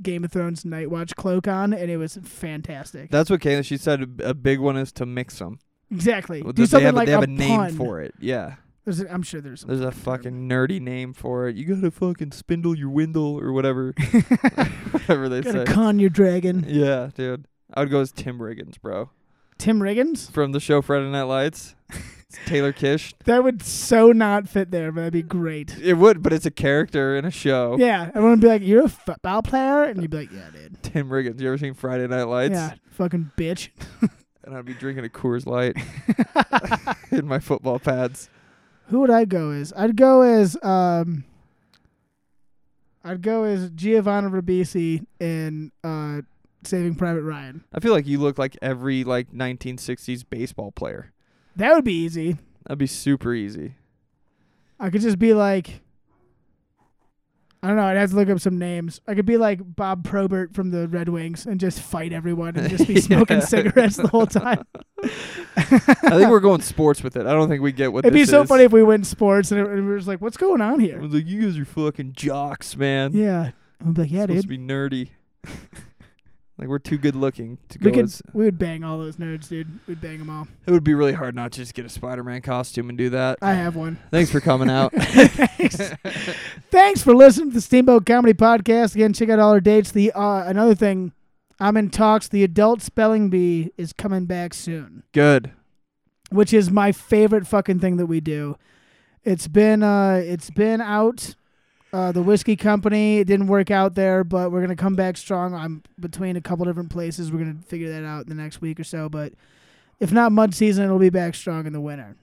B: Game of Thrones Nightwatch cloak on, and it was fantastic.
C: That's what Kayla. She said a big one is to mix them.
B: exactly. Do
C: they
B: something
C: have,
B: like
C: they have a,
B: a,
C: name
B: pun.
C: for it. Yeah.
B: There's a, I'm sure there's. Some
C: There's a fucking nerdy name for it. You gotta fucking spindle your windle or whatever, whatever they
B: gotta
C: say.
B: con your dragon.
C: yeah, dude. I would go as Tim Riggins, bro,
B: Tim Riggins.
C: from the show Friday Night Lights. It's Taylor Kish.
B: That would so not fit there, but that'd be great.
C: It would, but it's a character in a show.
B: Yeah, everyone would be like, "You're a football player," and you'd be like, "Yeah, dude.
C: Tim Riggins. You ever seen Friday Night Lights?
B: yeah, fucking bitch."
C: And I'd be drinking a Coors Light in my football pads.
B: Who would I go as? I'd go as um, I'd go as Giovanna Ribisi in uh, Saving Private Ryan.
C: I feel like you look like every like 1960s baseball player.
B: That would be easy.
C: That'd be super easy.
B: I could just be like, I don't know. I'd have to look up some names. I could be like Bob Probert from the Red Wings and just fight everyone and just be smoking
C: Yeah.
B: cigarettes the whole time.
C: I think we're going sports with it. I don't think we get what
B: It'd be
C: this
B: so
C: is.
B: funny if we went sports and, it, and we were just like, "What's going on
C: I
B: here?"
C: was like, you guys are fucking jocks, man.
B: Yeah, I'm like, "Yeah,
C: Mm-hmm. supposed
B: dude."
C: to be nerdy. like we're too good looking to go.
B: We could
C: as,
B: we would bang all those nerds, dude. We'd bang them all.
C: it would be really hard not to just get a Spider-Man costume and do that.
B: I have one.
C: Thanks for coming out.
B: Thanks. Thanks for listening to the Steamboat Comedy Podcast. Again, check out all our dates. The uh, another thing, I'm in talks. The adult spelling bee is coming back soon,
C: good.
B: which is my favorite fucking thing that we do. It's been uh, it's been out. Uh, the whiskey company it didn't work out there, but we're gonna come back strong. I'm between a couple different places. We're gonna figure that out in the next week or so. But if not mud season, it'll be back strong in the winter.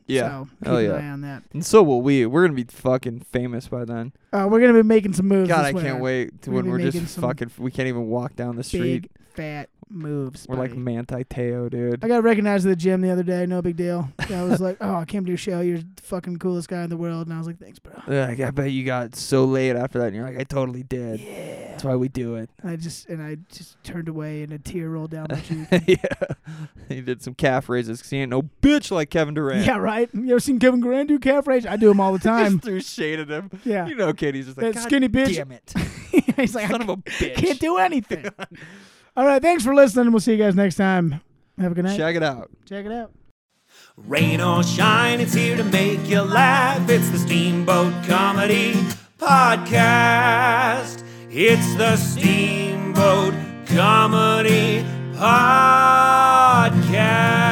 B: so
C: Yeah.
B: keep
C: Hell
B: an
C: yeah.
B: eye on that.
C: And so will we. We're gonna be fucking famous by then.
B: Uh, we're gonna be making some moves.
C: God,
B: this
C: I
B: winter.
C: can't wait to
B: We're
C: when
B: gonna be
C: we're
B: making
C: just
B: some
C: fucking. We can't even walk down the street.
B: Big fat moves.
C: we're like
B: buddy.
C: Manti Teo, dude.
B: I got recognized at the gym the other day. No big deal. I was like, "Oh, I came to your show. You're the fucking coolest guy in the world." And I was like, "Thanks, bro."
C: Ugh, I bet you got so late after that, and you're like, I totally did.
B: Yeah. Yeah.
C: That's why we do it.
B: And I just and I just turned away and a tear rolled down my cheek.
C: yeah. He did some calf raises 'cause he ain't no bitch like Kevin Durant.
B: Yeah, right. You ever seen Kevin Durant do calf raises? I do them all the time.
C: Just threw shade at him.
B: Yeah.
C: You know, Katie's just like,
B: That
C: God
B: skinny bitch."
C: damn it.
B: He's like,
C: Son
B: I
C: of a bitch.
B: can't do anything. all right, thanks for listening. We'll see you guys next time. Have a good night.
C: Check it out.
B: Check it out.
A: Rain or shine, it's here to make you laugh. It's the Steamboat Comedy Podcast. It's the Steamboat Comedy Podcast.